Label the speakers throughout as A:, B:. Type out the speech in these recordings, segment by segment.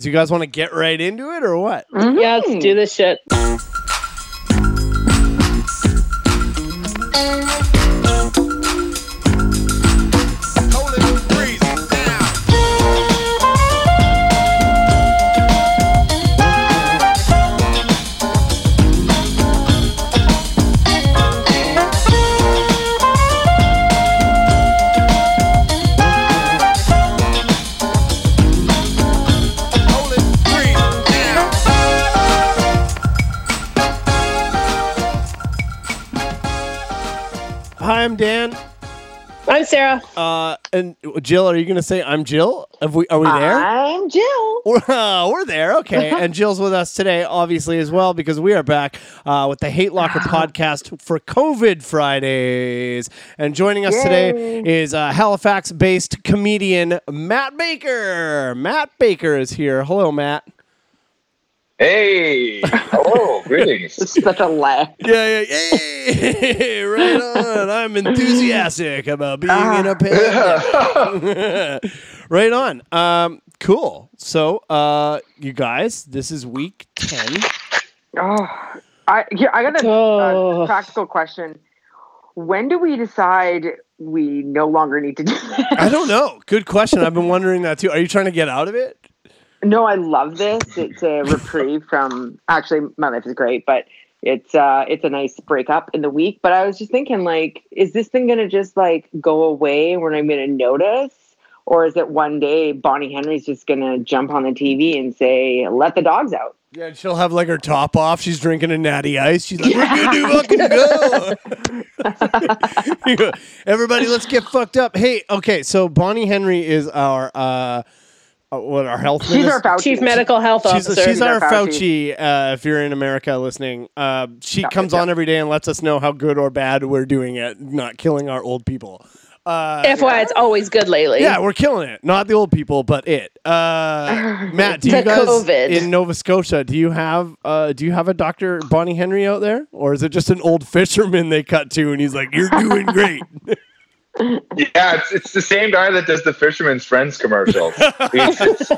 A: Do you guys want to get right into it or what?
B: Yeah, let's
C: Hmm.
B: do this shit.
A: Hi, I'm Dan.
B: I'm Sarah.
A: Uh, and Jill, are you going to say I'm Jill? Have we, are we there?
C: I'm Jill.
A: We're, uh, we're there. Okay. and Jill's with us today, obviously, as well, because we are back uh, with the Hate Locker podcast for COVID Fridays. And joining us today is uh, Halifax based comedian Matt Baker. Matt Baker is here. Hello, Matt.
D: Hey! Oh, greetings.
C: It's such a laugh.
A: Yeah, yeah, hey, right on. I'm enthusiastic about being in a
C: Ah.
A: pandemic. right on. Um, cool. So, uh, you guys, this is week ten.
C: Oh, I here I got a
B: Oh.
C: uh, practical question. When do we decide we no longer need to do that?
A: I don't know. Good question. I've been wondering that too. Are you trying to get out of it?
C: No, I love this. It's a reprieve from actually my life is great, but it's uh it's a nice break up in the week. But I was just thinking like, is this thing gonna just like go away when I'm gonna notice? Or is it one day Bonnie Henry's just gonna jump on the TV and say, Let the dogs out?
A: Yeah, she'll have like her top off. She's drinking a natty ice. She's like, "We're good to fucking go." Everybody, let's get fucked up. Hey, okay. So Bonnie Henry is our uh, uh, what our health.
C: She's our
A: minister?
C: Fauci.
B: Chief Medical Health
A: she's,
B: Officer.
A: she's our
C: Our
A: Fauci. Uh, if you're in America listening, uh, she
C: Yeah,
A: comes
C: yeah.
A: on every day and lets us know how good or bad we're doing at not killing our old people. Uh,
B: FY, it's always good lately.
A: yeah, we're killing it. Not the old people, but it. Uh, Matt, do you
B: The
A: guys
B: COVID.
A: in Nova Scotia do you have uh, do you have a Doctor Bonnie Henry out there, or is it just an old fisherman they cut to and he's like, "You're doing great."
D: Yeah, it's, it's the same guy that does the Fisherman's Friends commercials. It's, it's,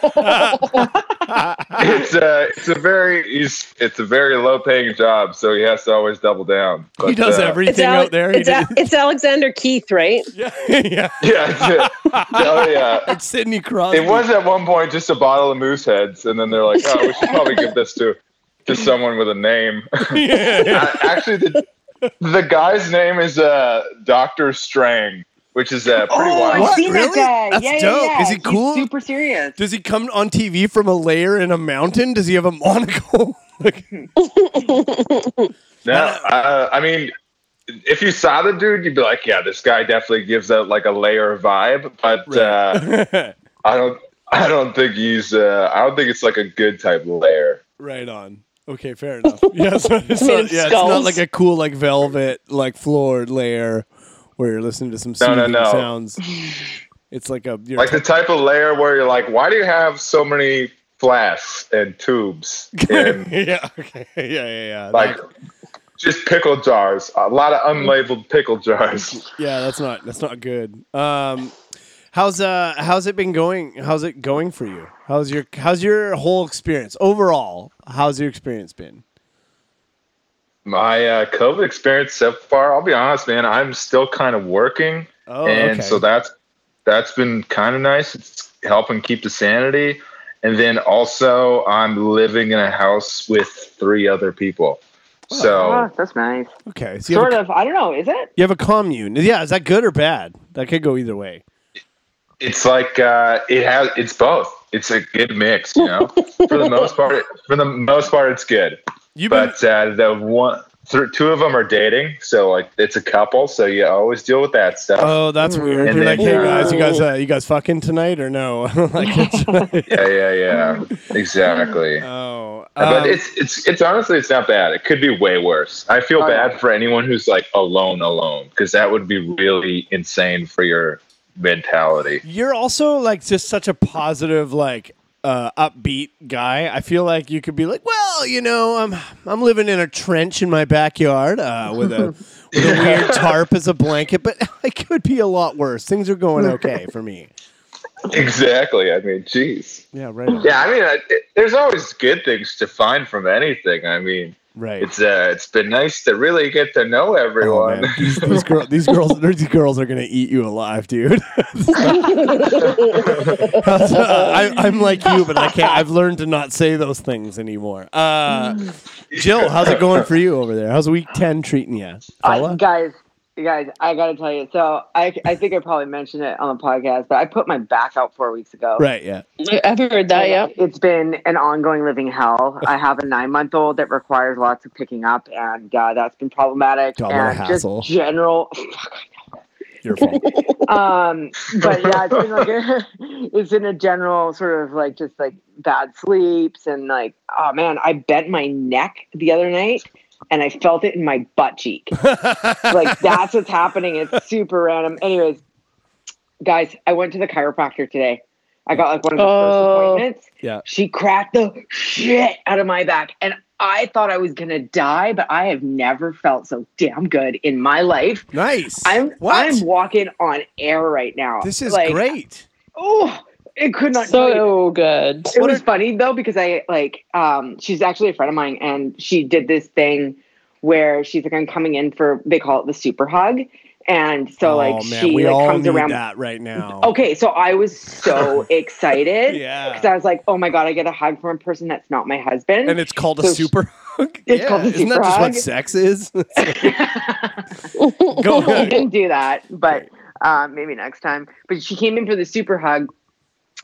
D: it's a it's a very he's, it's a very low paying job, so he has to always double down.
A: he
D: But,
A: does
D: uh,
A: everything
B: It's, Ale-
A: out there. He
B: It's, Al- it's Alexander Keith, right?
A: did- yeah,
D: Yeah, it's- oh yeah.
A: it's Sidney Crosby.
D: It was at one point just a bottle of moose heads, and then they're like, oh, we should probably give this to to someone with a name.
A: yeah.
D: Uh, actually, the, the guy's name is uh, Doctor Strang, which is uh, pretty
C: Oh,
D: wild.
A: What? Really? That's dope. Is he
C: He's
A: cool?
C: super serious.
A: Does he come on TV from a lair in a mountain? Does he have a monocle? like,
D: No, uh, I mean, if you saw the dude, you'd be like, yeah, this guy definitely gives out like a layer vibe, but uh, I don't. I don't think he's. Uh, I don't think it's like a good type layer.
A: right on. Okay, fair enough. Yeah, so it's,
B: Made
A: not,
B: of
A: yeah, it's not
B: skulls.
A: like a cool like velvet like floored lair where you're listening to some
D: No,
A: soothing
D: no, no.
A: sounds. It's like a you're
D: Like the type of layer where you're like, why do you have so many flasks and tubes and
A: yeah, okay, yeah, yeah, yeah.
D: like
A: That-
D: just pickle jars? A lot of unlabeled pickle jars.
A: yeah, that's not that's not good. Um, how's uh how's it been going? How's it going for you? How's your how's your whole experience overall? How's your experience been?
D: My uh, COVID experience so far, I'll be honest, man, I'm still kind of working.
A: Oh,
D: and so that's that's been kind of nice. It's helping keep the sanity, and then also I'm living in a house with three other people.
C: Oh,
D: So
C: that's nice.
A: okay. So you have a
C: Sort of. I don't know. Is it?
A: You have a commune. Yeah, is that good or bad? That could go either way.
D: it's like uh, it has it's both. It's a good mix, you know. for the most part, for the most part, it's good.
A: You've been
D: But uh, the one, th- two of them are dating, so like it's a couple. So you always deal with that stuff.
A: Oh, that's weird.
D: And
A: You're like,
D: then,
A: hey
D: uh,
A: guys, you guys, uh, you guys fucking tonight or no? like, it's-
D: Yeah, yeah, yeah. exactly.
A: oh, um,
D: Uh, but it's it's it's honestly it's not bad. It could be way worse. I feel
C: Oh,
D: bad
C: yeah.
D: for anyone who's like alone, alone, because that would be really insane for your mentality.
A: you're also like just such a positive, like uh, upbeat guy. I feel like you could be like, well, you know, I'm I'm living in a trench in my backyard uh, with a with a weird tarp as a blanket, but it could be a lot worse. Things are going okay for me.
D: Exactly. I mean, jeez.
A: Yeah, right. on.
D: Yeah, I mean, I, it, there's always good things to find from anything. I mean,
A: Right.
D: it's uh, it's been nice to really get to know
A: Oh,
D: everyone.
A: man. These, these, girl, these girls, these girls are gonna eat you alive, dude. I, I'm like you, but I can't. I've learned to not say those things anymore. Uh, Jill, how's it going for you over there? How's week ten treating you,
C: I,
A: fella?
C: guys, you guys, I gotta tell you. So I, I think I probably mentioned it on the podcast, but I put my back out four weeks ago.
A: Right. Yeah.
B: I've heard that. Yeah.
C: It's been an ongoing living hell. I have a nine month old that requires lots of picking up, and uh, that's been problematic.
A: Double
C: and
A: hassle.
C: Just general.
A: Your fault.
C: Um, but yeah, it's been like a, it's in a general sort of like just like bad sleeps and like oh man, I bent my neck the other night and I felt it in my butt cheek. like that's what's happening. It's super random. Anyways, guys, I went to the chiropractor today. I got like one of the
B: Oh.
C: first appointments.
A: Yeah.
C: She cracked the shit out of my back. And I thought I was gonna die, but I have never felt so damn good in my life.
A: Nice.
C: I'm
A: What?
C: I'm walking on air right now.
A: this is
C: Like,
A: great.
C: Oh, it could not. tell you.
B: So good.
C: It was funny though because I like um she's actually a friend of mine and she did this thing where she's like I'm coming in for they call it the super hug and so like
A: oh man,
C: she
A: we
C: like
A: all
C: comes
A: need
C: around. Oh,
A: that right now.
C: Okay, so I was so excited
A: Yeah.
C: because I was like, oh my god, I get a hug from a person that's not my husband.
A: And it's called a
C: So-
A: super hug.
C: It's called a
A: Isn't that
C: super
A: just what
C: hug.
A: sex is? Go
C: I
A: ahead.
C: didn't do that, but uh, maybe next time. But she came in for the super hug,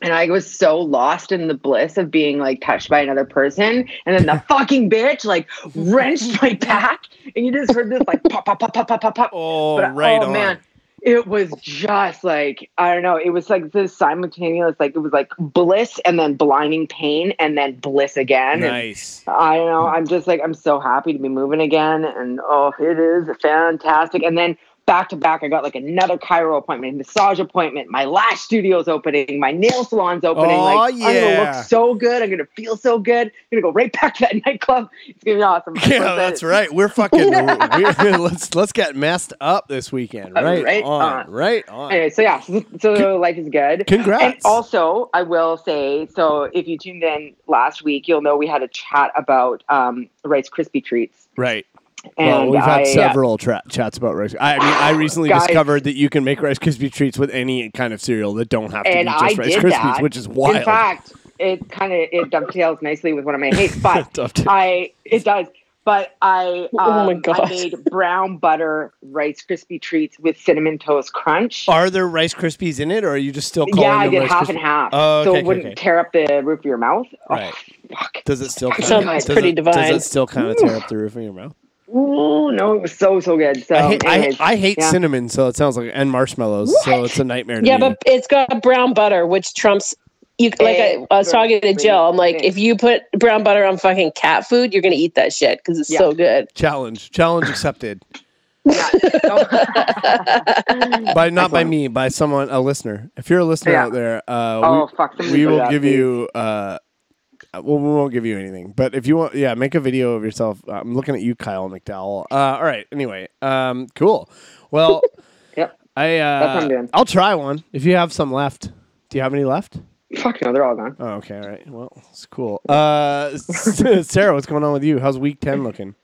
C: and I was so lost in the bliss of being like touched by another person, and then the fucking bitch like wrenched my back, and you just heard this like pop pop pop pop pop pop pop.
A: Oh,
C: But,
A: right
C: oh
A: on.
C: man, it was just like I don't know. It was like this simultaneous, like it was like bliss and then blinding pain and then bliss again. and
A: Nice.
C: I don't know.
A: Hmm.
C: I'm just like I'm so happy to be moving again, and oh, it is fantastic. And then back to back, I got like another Cairo appointment, massage appointment. My lash studio's opening, my nail salon's opening.
A: Aw,
C: like I'm
A: yeah.
C: gonna look so good. I'm gonna feel so good. I'm gonna go right back to that nightclub. It's gonna be awesome. I'm so
A: Yeah, that's
C: excited.
A: right. We're fucking. we let's let's get messed up this weekend.
C: Uh,
A: Right,
C: right
A: on,
C: on.
A: Right on.
C: Anyway, so yeah, so, so life is good. And
A: Congrats.
C: also, I will say so. If you tuned in last week, you'll know we had a chat about um, Rice Krispie treats.
A: right.
C: And
A: well, we've had
C: I- uh,
A: several tra- chats about rice. I mean, I recently
C: Guys.
A: discovered that you can make Rice Krispie treats with any kind of cereal that don't have to
C: And
A: be just
C: I
A: Rice
C: did
A: Krispies,
C: that.
A: which is wild.
C: In fact, it kind of it dovetails nicely with one of my hates, but
A: Tough to-
C: I it does. But I um,
B: Oh my God.
C: I made brown butter Rice Krispie treats with cinnamon toast crunch.
A: are there Rice Krispies Oh, in it, or are you just still calling
C: yeah, I
A: them
C: did
A: Rice
C: half
A: Krispies?
C: and half,
A: Oh, okay,
C: so it
A: okay,
C: wouldn't
A: okay.
C: tear up the roof of your mouth. Oh,
A: Right.
C: fuck.
A: Does it still?
C: Sounds
A: does
B: pretty
A: it, Does
B: divine.
A: it still kind of tear up the roof of your mouth?
C: Ooh, no, it was so so good. So
A: I hate, I,
C: anyways,
A: I hate
C: yeah.
A: cinnamon, so it sounds like and marshmallows, so it's a nightmare. To
B: Yeah,
A: me.
B: but it's got brown butter, which trumps. You like I, I was talking to Jill. I'm like, if you put brown butter on fucking cat food, you're gonna eat that shit because it's so good.
A: challenge, challenge accepted.
C: Yeah.
A: by not by
C: Uh, Excellent.
A: me, by someone, a listener. If you're a listener
C: Yeah.
A: out there, uh,
C: oh fuck!
A: we, we
C: somebody do
A: will
C: that,
A: give
C: please.
A: you. Uh, uh, well, we won't give you anything, but if you want, yeah, make a video of yourself. I'm looking at you, Kyle McDowell. Uh, all right. Anyway, um, cool. Well,
C: Yep.
A: I uh,
C: That's what I'm doing.
A: I'll try one if you have some left. Do you have any left?
C: Fuck no, they're all gone.
A: Oh, okay. All right. Well, it's cool. Uh, Sarah, what's going on with you? How's week ten looking?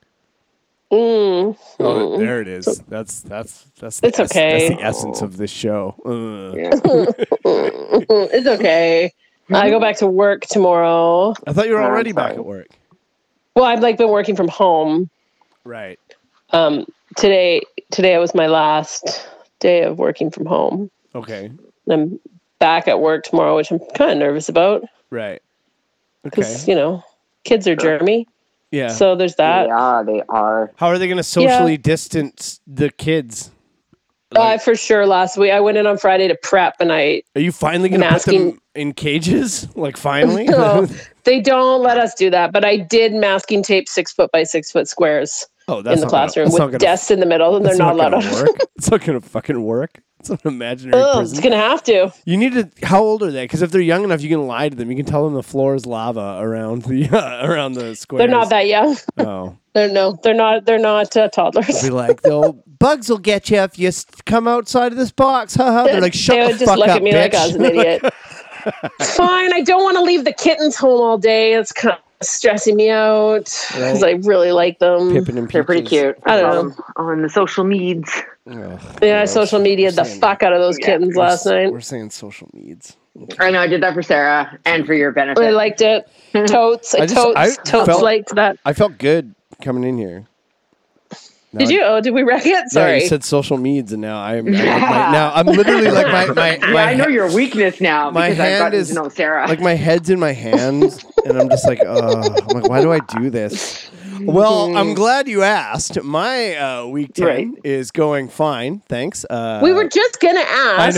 B: Mm.
A: Oh, there it is. That's that's that's
B: It's okay.
A: That's the essence of this show. Ugh.
C: Yeah.
B: it's okay. I go back to work tomorrow.
A: I thought you were
C: Oh, I'm
A: already back
C: sorry.
A: at work.
B: Well, I've like been working from home.
A: Right.
B: Um, today today was my last day of working from home.
A: Okay.
B: I'm back at work tomorrow, which I'm kind of nervous about
A: Right. Okay.
B: because you know kids are germy.
A: Yeah.
B: So there's that.
C: yeah, they are.
A: How are they going to socially distance the kids?
B: uh, for sure. Last week I went in on Friday to prep, and I
A: Are you finally going to
B: I'm
A: put them
B: asking-
A: in cages? Like finally?
B: No, they don't let us do that. But I did masking tape six foot by six foot squares
A: oh, that's
B: in the
A: not gonna-
B: classroom
A: that's not
B: with
A: gonna-
B: desks in the middle, and they're
A: that's
B: not, allowed.
A: gonna
B: on-
A: work. It's not going to fucking work. It's an imaginary
B: Ugh, it's
A: prison.
B: gonna have to.
A: You need to. How old are they? Because if they're young enough, you can lie to them. You can tell them the floor is lava around the uh, around the square.
B: They're not that young.
A: Oh,
B: They're no. They're not. They're not uh, toddlers.
A: be like, "Though bugs will get you if you s- come outside of this box." Ha ha. They're like, "Shut
B: they
A: the
B: would just
A: fuck
B: look
A: up,
B: at me
A: bitch."
B: like I was an idiot. Fine, I don't want to leave the kittens home all day. It's kind of stressing me out because I really like them.
A: Pippin and
C: They're pretty
A: Peaches.
C: cute.
B: I don't
C: Um, on the social medias.
A: Ugh,
B: yeah, I
A: gross.
B: social media the
A: saying-
B: fuck out of those
C: Yeah.
B: kittens
A: We're s-
B: last night.
A: We're saying social needs.
C: I know I did that for Sarah and for your benefit.
B: I liked it. Totes,
A: I
B: I
A: just-
B: totes,
A: I
B: totes
A: felt-
B: liked that.
A: I felt good coming in here. Now
B: Did
A: I-
B: you? Oh, did we wreck it?
A: Yeah,
B: Sorry.
A: you said social needs, and now I'm, I'm like my, now I'm literally like my my,
C: yeah,
A: my
C: I know
A: he-
C: your weakness now
A: my
C: because
A: hand
C: I've gotten
A: is
C: to know Sarah.
A: like my head's in my hands, and I'm just like, oh, I'm like, why do I do this? Well, I'm glad you asked. My uh, week ten
C: Mm-hmm. Right.
A: is going fine, thanks. Uh,
B: we were just gonna ask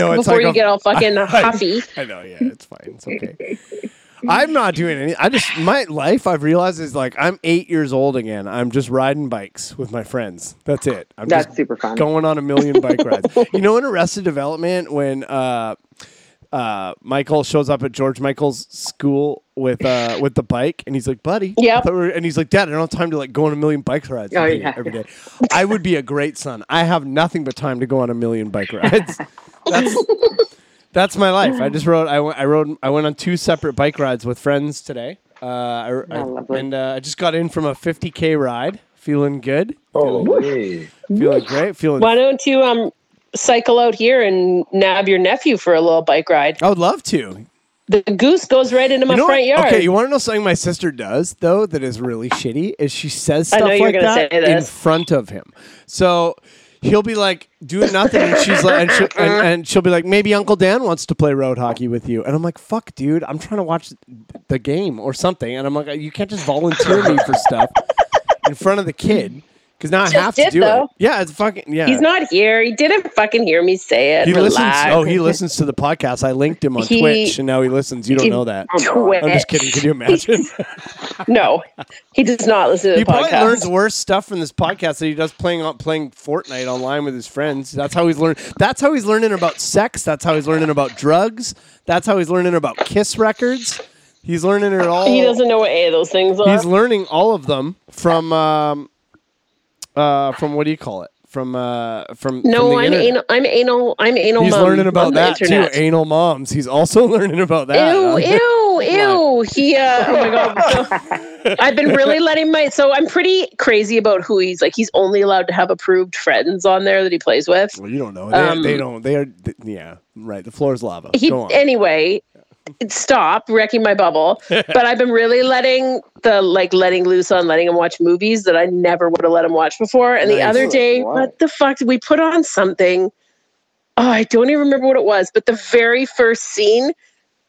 A: I know, it's
B: before
A: like
B: you
A: a-
B: get all fucking huffy.
A: I know, yeah, it's fine, it's okay. I'm not doing any. I just my life. I've realized is like I'm eight years old again. I'm just riding bikes with my friends. That's it. I'm
C: That's
A: just
C: super fun.
A: going on a million bike rides. You know, in Arrested Development, when uh, uh, Michael shows up at George Michael's school with uh, with the bike, and he's like, "Buddy, I
B: Yep.
A: thought we were-" and he's like, "Dad, I don't have time to like go on a million bike rides
C: Oh,
A: every-
C: yeah.
A: every day." I would be a great son. I have nothing but time to go on a million bike rides. That's that's my life. I just rode. I went. I rode. I went on two separate bike rides with friends today. Uh, I, I-
C: Oh, lovely.
A: and uh, I just got in from a 50k ride, feeling good,
D: Oh, hey.
A: feeling great, feeling
B: Why don't you um cycle out here and nab your nephew for a little bike ride?
A: I would love to.
B: The goose goes right into my
A: You know
B: front
A: what-
B: yard.
A: Okay, you want to know something my sister does though that is really shitty is she says
B: I
A: stuff
B: know you were
A: like
B: gonna
A: that
B: say
A: in
B: this.
A: front of him. So he'll be like doing nothing, and she's like, and she'll, and, and she'll be like, maybe Uncle Dan wants to play road hockey with you, and I'm like, fuck, dude, I'm trying to watch the game or something, and I'm like, you can't just volunteer me for stuff in front of the kid because now I
B: Just
A: have to
B: did,
A: do it.
B: though.
A: Yeah, it's fucking yeah.
B: He's not here. He didn't fucking hear me say it.
A: He listens.
B: Relax.
A: Oh, he listens to the podcast. I linked him on
B: He-
A: Twitch, and now he listens. You don't
B: he-
A: know that.
B: Twitch.
A: I'm just kidding. Can you imagine?
B: No, he does not listen to
A: He
B: the
A: probably
B: podcast.
A: learns worse stuff from this podcast that he does playing on playing Fortnite online with his friends. That's how he's learning. That's how he's learning about sex. That's how he's learning about drugs. That's how he's learning about kiss records. He's learning it all.
B: he doesn't know what any of those things are.
A: He's learning all of them from um, uh, from what do you call it? From uh, from from
B: no,
A: the
B: I'm
A: internet.
B: anal, I'm anal. I'm anal.
A: He's
B: mom
A: learning
B: on
A: about
B: the
A: that
B: internet.
A: too. Anal moms. He's also learning about that.
B: Ew, ew, ew. He, uh, oh my God. So, I've been really letting my, so I'm pretty crazy about who he's like. He's only allowed to have approved friends on there that he plays with.
A: Well, you don't know. They,
B: Um,
A: they don't. They are. th- yeah. Right. The floor is lava.
B: He,
A: Go on.
B: anyway, stop wrecking my bubble. but I've been really letting the, like, letting loose on letting him watch movies that I never would have let him watch before. And the
A: Nice.
B: other day,
D: Why?
B: what the fuck did we put on something? Oh, I don't even remember what it was, but the very first scene,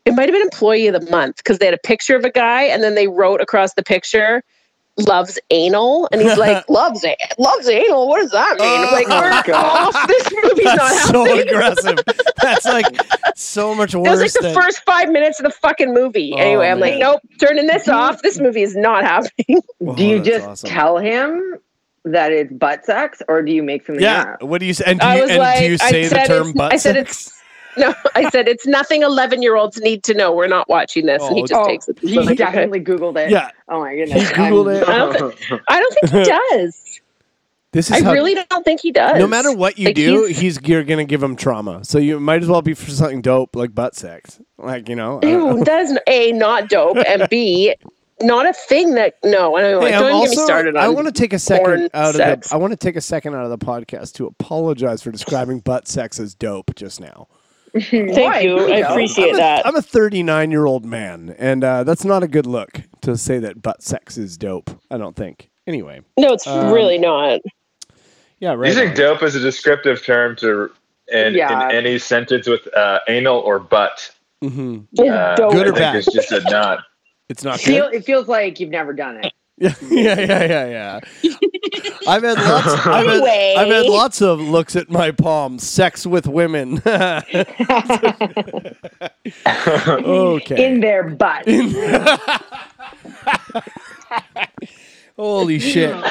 B: it might have been employee of the month because they had a picture of a guy and then they wrote across the picture loves anal and he's like loves it loves anal what does that mean I'm like
A: Oh,
B: we're off this movie's not
A: That's so
B: happening
A: aggressive. That's like so much
B: it was
A: worse
B: like the
A: than
B: first five minutes of the fucking movie
A: Oh,
B: anyway i'm
A: man.
B: like nope turning this off this movie is not happening
A: Oh,
C: do you
A: that's
C: just
A: awesome.
C: tell him that it's butt sex, or do you make something
A: Yeah.
C: up?
A: What do you say? And do
B: i
A: you,
B: was
A: and
B: like
A: do you say
B: i
A: the
B: said
A: term
B: it's,
A: butt
B: i said
A: sex?
B: it's no i said it's nothing 11 year olds need to know we're not watching this and he
A: Oh,
B: just
C: oh,
B: takes it
C: he
B: Like, okay.
C: definitely Googled it.
A: Yeah.
C: Oh my goodness.
A: He Googled it.
B: I don't i don't think he does
A: This is
B: I
A: how.
B: really don't think he does.
A: no matter what you
B: Like,
A: do,
B: he's-
A: he's, you're gonna give him trauma. So you might as well be for something dope like butt sex. Like you know. uh, I don't know.
B: Ew, that is a not dope, and b not a thing that no. I don't,
A: Hey,
B: don't
A: I'm
B: even get me
A: also-
B: started on.
A: I want to take a second
B: porn
A: out of
B: sex.
A: the. I want to take a second out of the podcast to apologize for describing butt sex as dope just now.
B: Thank
C: Why?
B: you. I
C: No.
B: appreciate
A: I'm a-
B: that.
A: I'm a 39 year old man, and uh, that's not a good look to say that butt sex is dope. I don't think. Anyway,
B: no, it's
A: Um,
B: really not.
A: yeah,
D: You
A: right.
D: think
A: on.
D: dope is a descriptive term to in,
C: Yeah.
D: in any sentence with uh, anal or butt?
A: Mhm.
D: Uh,
B: dope.
A: Good or
D: I think
A: bad?
D: It's just a nod.
A: It's not
C: Feel,
A: good.
C: it feels like you've never done it.
A: yeah, yeah, yeah, yeah. I've had lots. I've had,
B: Anyway.
A: I've had lots of looks at my palm. Sex with women. okay.
C: In their butt.
A: Holy shit.
C: Wow,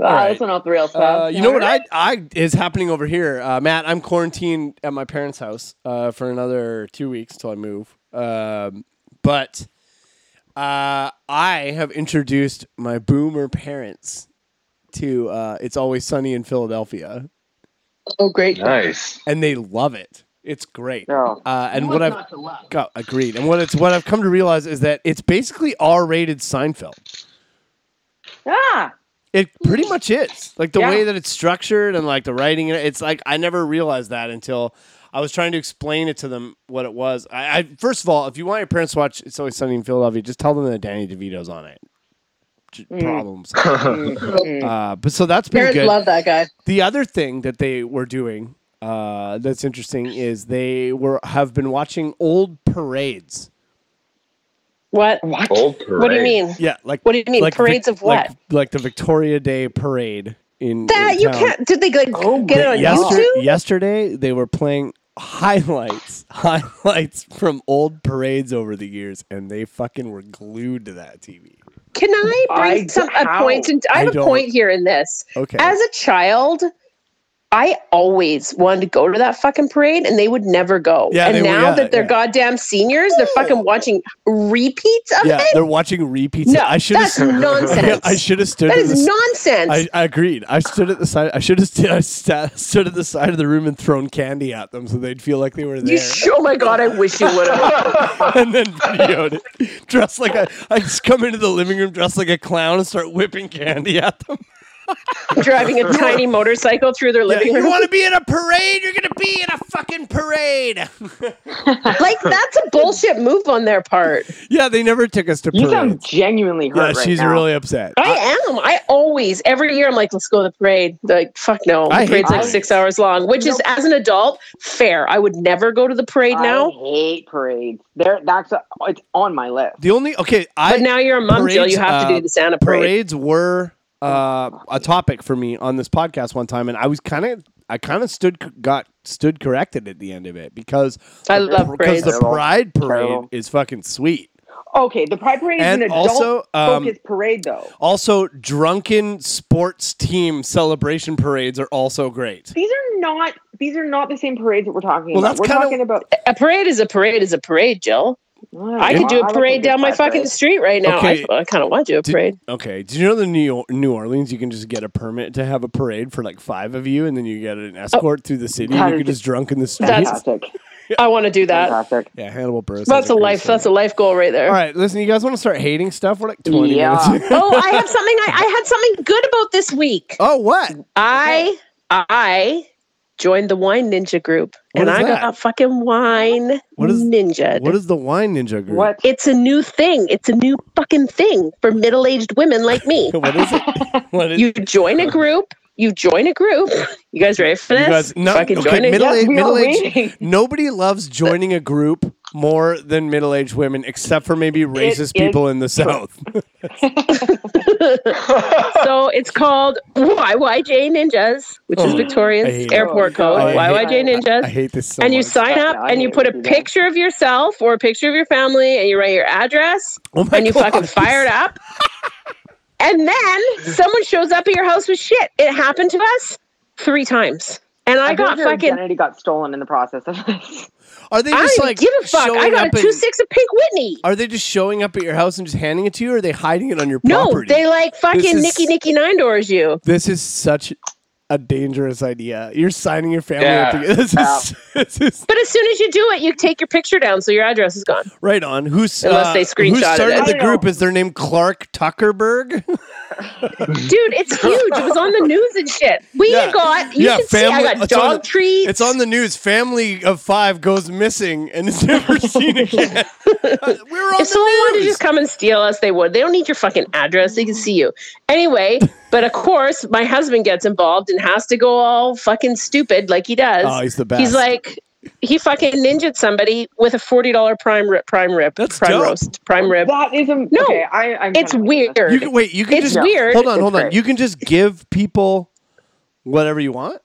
A: right.
C: this went off the rails fast.
A: Uh, you know what I, I is happening over here, uh, Matt. I'm quarantined at my parents' house uh, for another two weeks till I move. Um, but uh, I have introduced my boomer parents to uh, "It's Always Sunny in Philadelphia,"
B: Oh, great.
D: Nice.
A: and they love it. It's great.
C: No.
A: Uh, and what I've got agreed, and what it's what I've come to realize is that it's basically R-rated Seinfeld.
C: Ah,
A: It pretty much is. Like the
C: Yeah.
A: way that it's structured and like the writing, in it, it's like I never realized that until I was trying to explain it to them what it was. I, I first of all, if you want your parents to watch It's Always Sunny in Philadelphia, just tell them that Danny DeVito's on it. J-
C: Mm.
A: Problems.
C: Mm.
A: Uh, but so that's been
B: Parents
A: good.
B: love that guy.
A: The other thing that they were doing uh, that's interesting is they were have been watching old parades.
B: What?
C: what?
D: Old parade.
B: What do you mean?
A: Yeah, like
B: What do you mean?
A: like Vic-
B: Parades of what?
A: Like, like the Victoria Day parade in
B: that
A: in
B: you
A: town.
B: can't. Did they like, get it
A: But
B: on
A: yester-
B: YouTube?
A: Yesterday, they were playing highlights, highlights from old parades over the years, and they fucking were glued to that TV.
B: Can I bring
C: I-
B: some a
C: how?
B: point? In, I have
A: I
B: a
A: don't-
B: point here in this.
A: Okay.
B: As a child, I always wanted to go to that fucking parade, and they would never go.
A: Yeah,
B: and
A: they would-
B: now
A: yeah,
B: that they're
A: yeah.
B: goddamn seniors, they're fucking watching repeats of
A: yeah,
B: it.
A: they're watching repeats.
B: No,
A: I should
B: that's
A: have.
B: nonsense.
A: I should have stood.
B: that
A: at the
B: is
A: s-
B: nonsense.
A: I, I agreed. I stood at the side. I should have st- I sta stood at the side of the room and thrown candy at them so they'd feel like they were there,
B: you sh- oh my god! I wish you would have.
A: and then videoed it. Dressed like a, I just come into the living room dressed like a clown and start whipping candy at them.
B: driving a tiny motorcycle through their living
A: you
B: room.
A: want to be in a parade? You're gonna be in a fucking parade.
B: like that's a bullshit move on their part.
A: yeah, they never took us to
C: You
A: parade.
C: sound genuinely hurt
A: Yeah,
C: right
A: she's
C: now.
A: really upset. Uh,
B: I am. I always every year I'm like, let's go to the parade. They're like, fuck no. The
A: I hate
B: parade's like
A: parades.
B: six hours long, which is as an adult, fair. I would never go to the parade
C: I
B: now.
C: hate parades. There, that's a, it's on my list.
A: the only okay, I
B: But now you're a mom, Jill.
A: parades,
B: You have to
A: uh,
B: do the Santa parade.
A: parades were uh, a topic for me on this podcast one time, and I was kind of I kind of stood got stood corrected at the end of it because
B: I
A: the-
B: love
A: because the
C: parades.
A: Pride Parade
C: Terrible.
A: is fucking sweet.
C: Okay, the Pride Parade
A: And
C: is an
A: also, um,
C: adult-focused parade, though.
A: Also, drunken sports team celebration parades are also great.
C: These are not these are not the same parades that we're talking
A: Well,
C: about.
A: that's
C: we're
A: kinda-
C: talking about.
B: A parade is a parade is a parade, Jill. I could do a parade down my fucking street right now.
A: Okay.
B: I, I kind of want to do a
A: Did-
B: parade.
A: Okay. Did you know that in New, or- New Orleans, you can just get a permit to have a parade for like five of you, and then you get an escort through the city.
C: That
A: and you
C: is
A: can just drunk in the streets.
B: Oh. That's-
C: Fantastic,
B: I want to do that.
C: fantastic.
A: Yeah, Hannibal Buress.
B: That's a life. That's a life goal right there.
A: All right, listen. You guys want to start hating stuff? We're like twenty
C: Yeah.
A: minutes. in.
B: oh, I have something. I, I had something good about this week.
A: oh, what?
B: I I joined the Wine Ninja group,
A: What
B: and
A: is
B: I
A: that?
B: got a fucking wine
A: What is-
B: ninja.
A: What is the wine ninja group?
C: What?
B: it's a new thing. It's a new fucking thing for middle-aged women like me.
A: what is it? What is
B: you join a group. You join a group. You guys ready for
A: You
B: this?
A: guys- no,
B: Fucking
A: okay,
B: join a-
A: middle-
C: Yes, we
A: middle
C: are
A: age-
C: waiting.
A: Nobody loves joining a group more than middle-aged women, except for maybe racist
C: is-
A: people in the south.
B: so it's called YYJ Ninjas, which is
A: Oh, I hate
B: Victoria's
A: it.
B: airport
C: Oh,
B: code.
A: I
B: YYJ
C: hate
B: Ninjas.
A: I hate this so
B: and you
A: much.
B: sign up
C: I
B: and you
C: hate
B: put a
C: when you do that.
B: picture of yourself or a picture of your family and you write your address
A: Oh my
B: and you
A: God,
B: fucking
A: this-
B: fire it up. and then someone shows up at your house with shit. It happened to us three times. And I,
C: I
B: got
C: your
B: fucking.
C: identity got stolen in the process of this.
A: Are they
B: I
A: just
B: don't
A: like
B: give a fuck. I
A: showing
B: got a
A: up and-
B: two six of Pink Whitney.
A: Are they just showing up at your house and just handing it to you, or are they hiding it on your
B: No,
A: property?
B: they like fucking
A: is-
B: Nicky Nicky Nine Doors you.
A: This is such a dangerous idea. You're signing your family
D: Yeah.
A: up. To, this, is, this is
B: But as soon as you do it, you take your picture down, so your address is gone.
A: right on. Who's
B: Unless
A: uh,
B: they
A: who
B: screenshotted
A: started
B: it.
A: the
C: I don't
A: group?
C: know.
A: Is their name Clark Tuckerberg?
B: Dude, it's huge. It was on the news and shit. We
A: Yeah.
B: got you
A: Yeah,
B: can
A: family-
B: see I got
A: it's on
B: dog
A: the-
B: treats.
A: it's on the news. Family of five goes missing and is never seen again. Uh, we were on
B: If someone
A: the
B: wanted to
A: news.
B: just come and steal us, they would. They don't need your fucking address. They can see you. Anyway, but of course, my husband gets involved and has to go all fucking stupid like he does.
A: oh, he's the best.
B: he's like, he fucking ninjaed somebody with a $40 prime rip, prime rib,
A: That's
B: prime
A: dope.
B: roast, prime rib.
C: That is a
B: No,
C: okay, I, I'm
B: It's
C: kinda like
B: weird.
C: this.
A: you can wait. You can
B: it's
A: just
B: weird.
A: hold on, hold on.
C: great.
A: You can just give people whatever you want.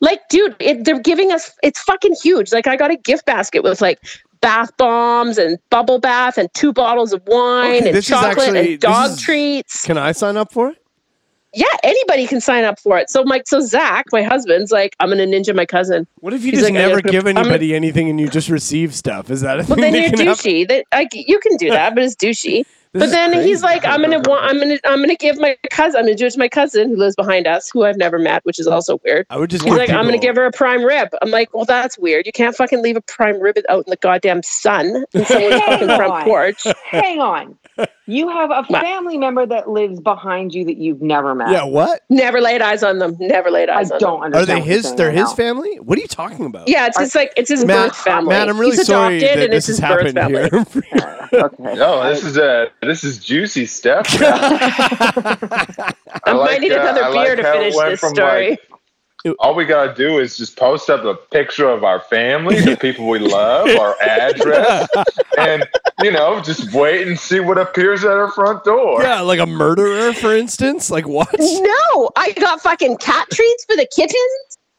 B: Like, dude, it, they're giving us, it's fucking huge. Like, I got a gift basket with like, Bath bombs and bubble bath and two bottles of wine
A: Okay,
B: and
A: this is
B: chocolate
A: actually-
B: and
A: this
B: dog
A: is-
B: treats.
A: Can I sign up for it?
B: yeah, anybody can sign up for it. So Mike, so Zach, my husband's like, I'm gonna ninja my cousin.
A: What if you
B: He's
A: just
B: like, I
A: never
B: gotta-
A: give
B: I'm gonna-
A: anybody anything and you just receive stuff? Is that a
B: Well,
A: thing?
B: then
A: that
B: you're
A: can happen?
B: douchey. That like you can do that, but it's douchey.
A: This
B: but
A: is
B: then
A: crazy.
B: he's like, I'm gonna want, I'm gonna, I'm gonna give my cousin, I'm gonna do it to my cousin who lives behind us, who I've never met, which is also weird.
A: I would just.
B: He's
A: give
B: like, I'm gonna
A: people-
B: give her a prime rib. I'm like, well, that's weird. You can't fucking leave a prime rib out in the goddamn sun in someone's fucking front porch.
C: Hang on. You have a
B: What?
C: family member that lives behind you that you've never met.
A: Yeah. What?
B: Never laid eyes on them. Never laid
C: I
B: eyes on them.
C: don't understand.
A: Are they
C: what you're
A: his?
C: saying
A: They're
C: right
A: his
C: now.
A: family. What are you talking about?
B: Yeah, it's just like it's his
A: Matt,
B: birth family.
A: Matt, I'm really
B: He's
A: sorry
B: adopted,
A: that
B: and
A: this
B: it's
A: has
B: his birth
A: happened
B: family.
A: here.
C: Okay.
D: No, this is uh, this is juicy stuff.
B: I,
D: I
B: might need
D: like, uh,
B: another
D: I
B: beer
D: like
B: to
D: how it
B: finish
D: went
B: this
D: from,
B: story.
D: like, all we gotta do is just post up a picture of our family, the people we love, our address, and you know, just wait and see what appears at our front door.
A: Yeah, like a murderer, for instance. Like what?
B: no, I got fucking cat treats for the kittens.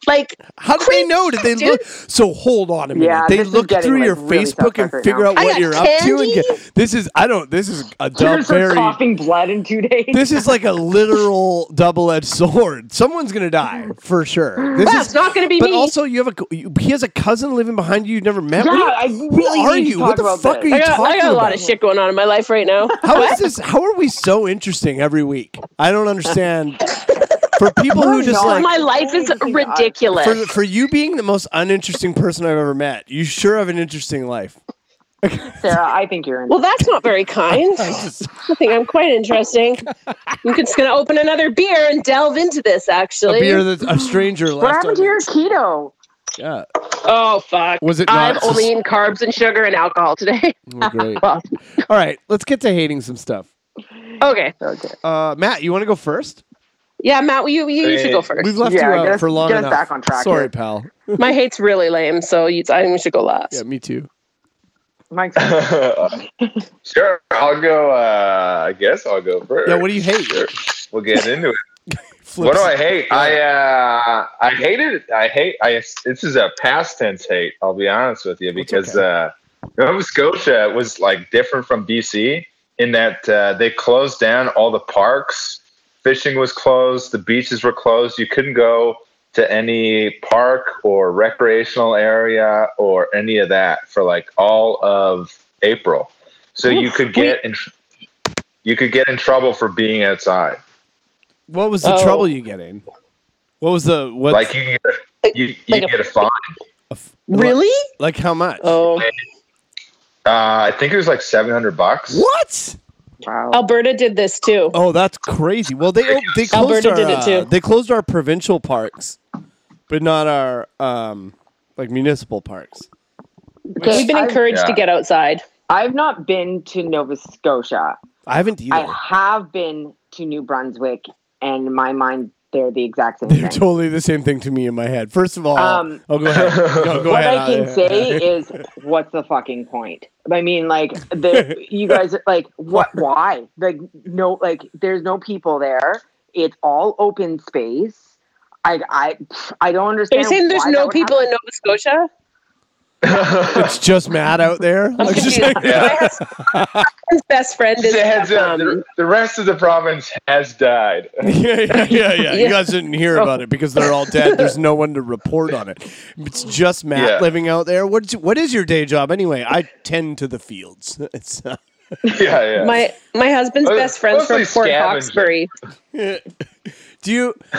B: Like
A: How did they know? Did they
B: dude.
A: look? So hold on a minute.
C: Yeah,
A: they
C: this is
A: looked
C: getting,
A: through
C: like,
A: your
C: really
A: Facebook
C: self-referential
A: and figure out
B: now. I
A: what
B: got
A: you're up to and
B: candy?
A: get. This is I don't. This is a
C: You're
A: du-
C: gonna start
A: very.
C: coughing blood in two days.
A: This is like a literal double-edged sword. Someone's gonna die for sure. This
B: well,
A: is.
B: it's not going to be
A: But
B: me.
A: also, you have a co- you- he has a cousin living behind you you've never met.
C: yeah,
A: What
C: I
A: Who
C: really
A: are
C: need to
A: you?
C: talk
A: What the
C: about
A: fuck
C: this.
A: are
B: I
A: you
B: got, I
A: talking
B: got a lot
A: about?
B: of shit going on in my life right now.
A: How is this? How are we so interesting every week? I don't understand. For people who
C: We're
A: just
C: not.
A: like
B: Oh, my life is
C: Holy God.
B: ridiculous.
A: for, for you being the most uninteresting person I've ever met, you sure have an interesting life.
C: Sarah, I think you're in.
B: well, that's not very kind. I think I'm quite interesting. I'm just going to open another beer and delve into this,
A: A
B: actually.
A: beer that a stranger left.
C: what happened to
A: on-
C: your keto?
A: Yeah.
B: oh, fuck.
A: Was it
B: I've
A: not?
B: only eaten carbs and sugar and alcohol today.
A: Oh, great.
B: Well,
A: All right, let's get to hating some stuff.
B: okay.
C: Okay.
A: Uh, Matt, you want to go first?
B: Yeah, Matt, well, you, you, you should go first.
A: We've left
C: Yeah,
A: you
C: get
A: out
C: us-
A: for long
C: get us
A: enough.
C: back on track
A: Sorry,
C: here.
A: pal.
B: My hate's really lame, so you, I think we should go last.
A: Yeah, me too.
C: Mike's
D: sure, I'll go. Uh, I guess I'll go first.
A: Yeah, what do you hate?
D: Sure. We'll get into it.
A: Flip
D: what do
A: side.
D: I hate? I uh, I hated. I hate. I this is a past tense hate. I'll be honest with you because uh, Nova Scotia was like different from BC in that uh, they closed down all the parks. Fishing was closed. The beaches were closed. You couldn't go to any park or recreational area or any of that for like all of April. So you could get in, you could get in trouble for being outside.
A: What was the
B: Oh.
A: trouble you get in? What was the what?
D: Like you can get a, you, you
B: Like a-
D: get a fine.
B: Really?
A: Like how much?
B: Oh.
D: Uh, I think it was like seven hundred bucks.
A: What?
C: wow.
B: Alberta did this too.
A: Oh, that's crazy. Well, they op- they closed
B: Alberta
A: our,
B: did it
A: uh,
B: too.
A: they closed our provincial parks, but not our um like municipal parks.
B: We've been
C: I-
B: encouraged to
D: Yeah.
B: get outside.
C: I've not been to Nova Scotia.
A: I haven't either.
C: I have been to New Brunswick, and in my mind, they're the exact same
A: They're
C: thing.
A: totally the same thing to me in my head. First of all,
C: Um,
A: oh go ahead. Go, go
C: what
A: ahead. uh,
C: I can say is, what's the fucking point? I mean, like, the, you guys, like, what? Why? Like, no, like, there's no people there. It's all open space. I, I, I don't
B: Are
C: understand.
B: you saying there's
C: why that
B: no
C: would
B: people in
C: happen.
B: Nova Scotia?
A: it's just Matt out there.
B: I'm
A: Like, just like-
B: confused.
D: Yeah.
B: His best friend is
D: Just a heads up,
B: um,
D: uh, the, the rest of the province has died.
A: yeah, yeah, yeah, yeah. You
B: Yeah.
A: guys didn't hear about it because they're all dead. There's no one to report on it. It's just Matt
D: Yeah.
A: living out there. What's what is your day job anyway? I tend to the fields. It's uh,
D: Yeah, yeah.
B: my my husband's
D: Uh,
B: best friend's from
D: mostly
B: Port
D: scavenging.
B: Hawkesbury.
A: do you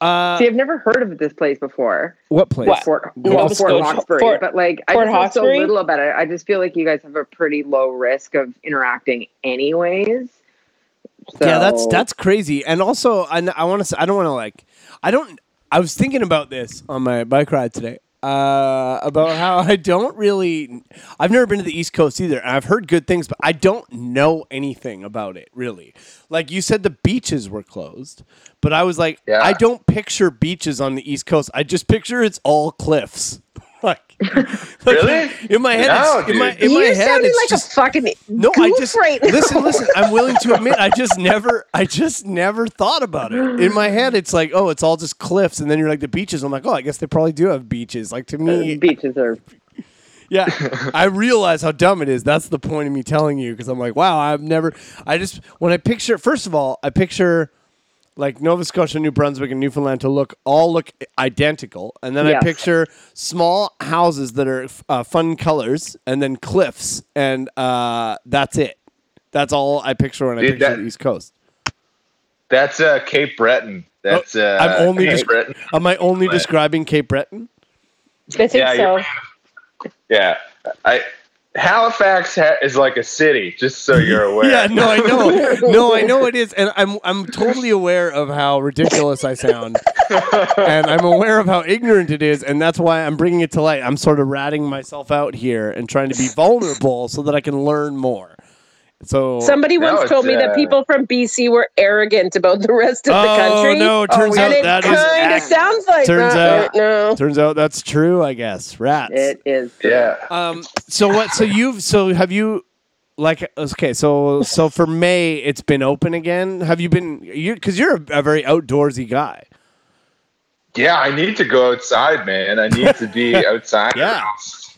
A: uh
C: See, I've never heard of this place before.
A: what place?
B: What?
C: Fort,
A: Nova
C: well, Fort
A: Scotia.
C: Hawkesbury,
B: Fort-
C: but like
B: Fort
C: I just know so
B: Hawkesbury?
C: little about it. I just feel like you guys have a pretty low risk of interacting, anyways.
A: Yeah, that's
C: So-
A: that's crazy. And also, I, I want to. I don't want to like. I don't. I was thinking about this on my bike ride today. Uh, about how I don't really. I've never been to the East Coast either, and I've heard good things, but I don't know anything about it really. Like you said, the beaches were closed, but I was like,
D: Yeah.
A: I don't picture beaches on the East Coast. I just picture it's all cliffs. like, like,
D: Really?
A: In my head,
D: No,
A: it's, in my
D: dude.
A: in
B: you
A: my head,
B: sounded
A: it's
B: like
A: just
B: a fucking
A: no, I
B: goof
A: just
B: right now.
A: listen, listen. I'm willing to admit, I just never, I just never thought about it. In my head, it's like, oh, it's all just cliffs, and then you're like the beaches. I'm like, oh, I guess they probably do have beaches. Like to me,
C: beaches are
A: yeah, I realize how dumb it is. That's the point of me telling you because I'm like, wow, I've never. I just when I picture, first of all, I picture like Nova Scotia, New Brunswick, and Newfoundland to look all look identical, and then
C: Yes.
A: I picture small houses that are uh, fun colors, and then cliffs, and uh, that's it. That's all I picture when I
D: Dude,
A: picture
D: that-
A: the East Coast.
D: That's uh, Cape Breton. That's uh,
A: Oh, I'm only
D: Cape
A: just-
D: Breton.
A: Am I only
D: Right.
A: describing Cape Breton?
B: I think
D: Yeah,
B: so.
D: you're Yeah, I Halifax ha- is like a city. Just so you're aware.
A: Yeah, no, I know, no, I know it is, and I'm I'm totally aware of how ridiculous I sound, and I'm aware of how ignorant it is, and that's why I'm bringing it to light. I'm sort of ratting myself out here and trying to be vulnerable so that I can learn more. So
B: Somebody
D: No,
B: once
D: it's,
B: told me
D: uh,
B: that people from BC were arrogant about the rest of
A: Oh,
B: the country.
A: no, it turns
B: and
A: out
B: it
A: that is
B: kind of
C: ac-
B: sounds like
A: Turns
B: that.
A: out-
B: no.
A: turns out that's true, I guess. Rats.
C: It is.
D: Yeah.
A: Um. So what? So you've. So have you? Like okay, so so for May it's been open again. Have you been you? Because you're a, a very outdoorsy guy.
D: Yeah, I need to go outside, man. I need to be outside.
A: Yeah.
D: Or else,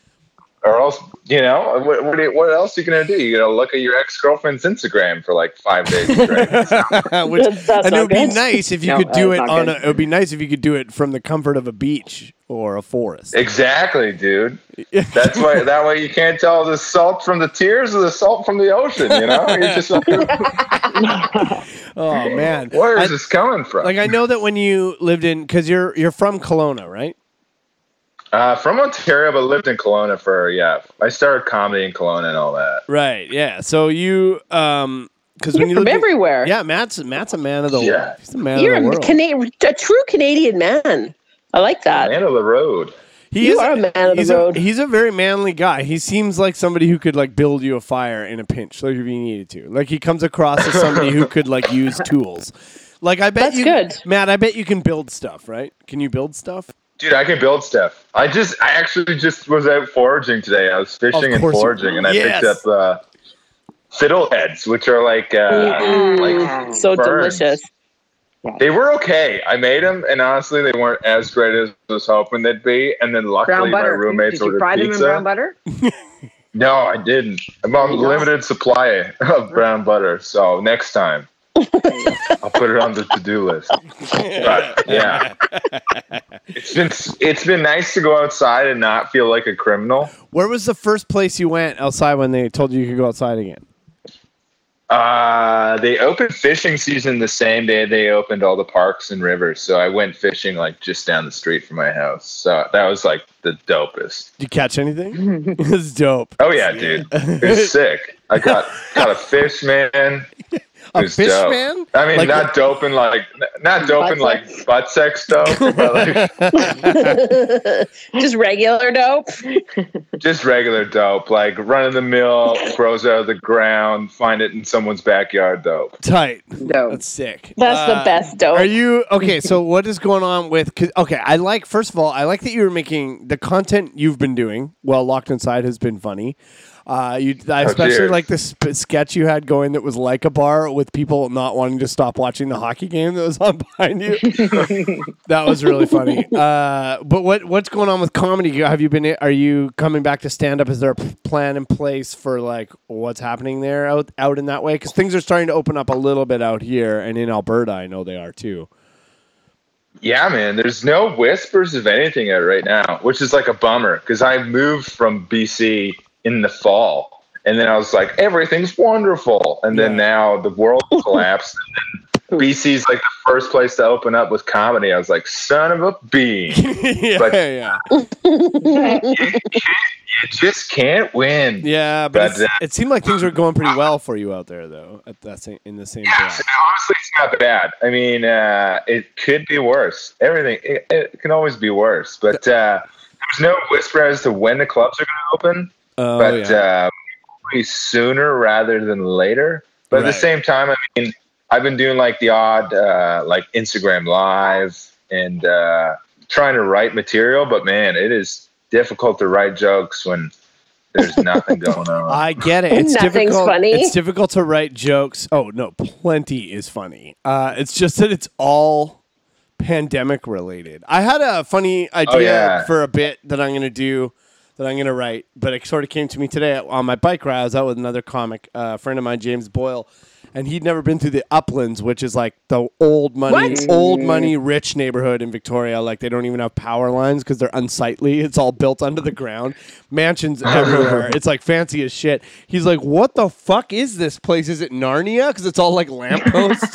D: or else, you know, what, what, do you- what else are you going to do? You're going to look at your ex girlfriend's Instagram for like five days straight.
A: Which,
B: That's-
A: and
B: that's
A: it
B: not
A: would be
B: good.
A: nice if you
C: No,
A: could do it
C: that's not
A: on. A,
C: good.
A: it would be nice if you could do it from the comfort of a beach or a forest.
D: exactly, dude. That's why, that way you can't tell the salt from the tears or the salt from the ocean, you know? You're just like,
A: oh man,
D: where
A: I-
D: is this coming from?
A: like I know that when you lived in, because you're you're from Kelowna, right?
D: uh, from Ontario, but lived in Kelowna for, yeah, I started comedy in Kelowna and all that.
A: Right. Yeah. So you, um, because when
B: You're
A: you
B: from
A: lived in-
B: everywhere.
A: yeah, Matt's Matt's a man of the
D: Yeah.
A: world. He's a man
B: You're
A: of the
B: a,
A: world.
B: Cana- a true Canadian man. I like that.
D: Man of the road.
A: He
B: You are a man of the
A: he's
B: road.
A: A, he's a very manly guy. He seems like somebody who could like build you a fire in a pinch, like if you needed to. Like he comes across as somebody who could like use tools. Like I bet
B: That's
A: you,
B: good.
A: Matt. I bet you can build stuff, right? Can you build stuff?
D: Dude, I can build stuff. I just, I actually just was out foraging today. I was fishing and
A: course you
D: foraging,
A: were.
D: and I
A: Yes.
D: picked up uh, fiddleheads, which are like, uh,
B: Mm-hmm.
D: like
C: Like,
B: so
D: burns.
B: delicious.
D: they were okay. I made them, and honestly, they weren't as great as I was hoping they'd be. And then luckily,
C: Brown
D: my
C: butter.
D: roommates
C: Did you
D: ordered
C: fry them in brown
D: pizza.
C: butter?
D: No, I didn't. I'm on
C: you go.
D: limited supply of brown butter, so next time I'll put it on the to-do list. But yeah, it's been it's been nice to go outside and not feel like a criminal.
A: Where was the first place you went outside when they told you you could go outside again?
D: Uh, they opened fishing season the same day they opened all the parks and rivers. So I went fishing like just down the street from my house. So that was like the dopest.
A: Did you catch anything? it's dope.
D: Oh yeah, dude, it was sick. I got got a fish man. It
A: A
D: was
A: fish
D: dope.
A: man?
D: I mean,
A: Like
D: not doping like not doping like
C: sex?
D: butt sex dope, but like
B: Just regular dope.
D: just regular dope, like run of the mill, grows out of the ground, find it in someone's backyard dope.
A: Tight.
C: No.
A: That's sick.
B: That's the
A: Uh,
B: best dope.
A: Are you okay? So what is going on with? 'cause- okay, I like. First of all, I like that you were making the content you've been doing. Well, locked inside has been funny. Uh, you, I
D: Oh,
A: especially
D: cheers.
A: like the sp- sketch you had going that was like a bar with people not wanting to stop watching the hockey game that was on behind you. that was really funny. Uh, but what what's going on with comedy? You- Have you been? Are you coming back to stand up? Is there a p- plan in place for like what's happening there out out in that way? Because things are starting to open up a little bit out here and in Alberta. I know they are too.
D: Yeah, man. There's no whispers of anything out right now, which is like a bummer because I moved from BC in the fall, and then I was like, everything's wonderful, and then
A: Yeah.
D: now the world collapsed. and then BC's like the first place to open up with comedy. I was like, son of a bee, you
A: yeah,
D: But-
A: yeah,
D: just can't win.
A: yeah. But,
D: But, uh,
A: it's- it seemed like things were going pretty well for you out there though. At that same, in the same.
D: Yeah,
A: breath.
D: so honestly, it's not bad. I mean, uh, it could be worse. Everything it, it can always be worse. But uh, there's no whisper as to when the clubs are going to open.
A: Oh
D: but
A: yeah.
D: uh, probably sooner rather than later. But at
A: Right.
D: the same time, I mean, I've been doing like the odd uh, like Instagram live and uh, trying to write material, but man, it is difficult to write jokes when there's nothing going on.
A: I get it. It's
B: Nothing's
A: difficult.
B: funny.
A: It's difficult to write jokes. Oh no, plenty is funny. Uh, it's just that it's all pandemic related. I had a funny idea
D: yeah.
A: for a bit that I'm gonna do that I'm gonna write, but it sort of came to me today on my bike ride. I was out with another comic, uh, a friend of mine, James Boyle, and he'd never been through the Uplands, which is like the old money,
B: What?
A: old money rich neighborhood in Victoria. Like they don't even have power lines because they're unsightly. It's all built under the ground, mansions everywhere. it's like fancy as shit. He's like, "What the fuck is this place? Is it Narnia? Because it's all like lampposts."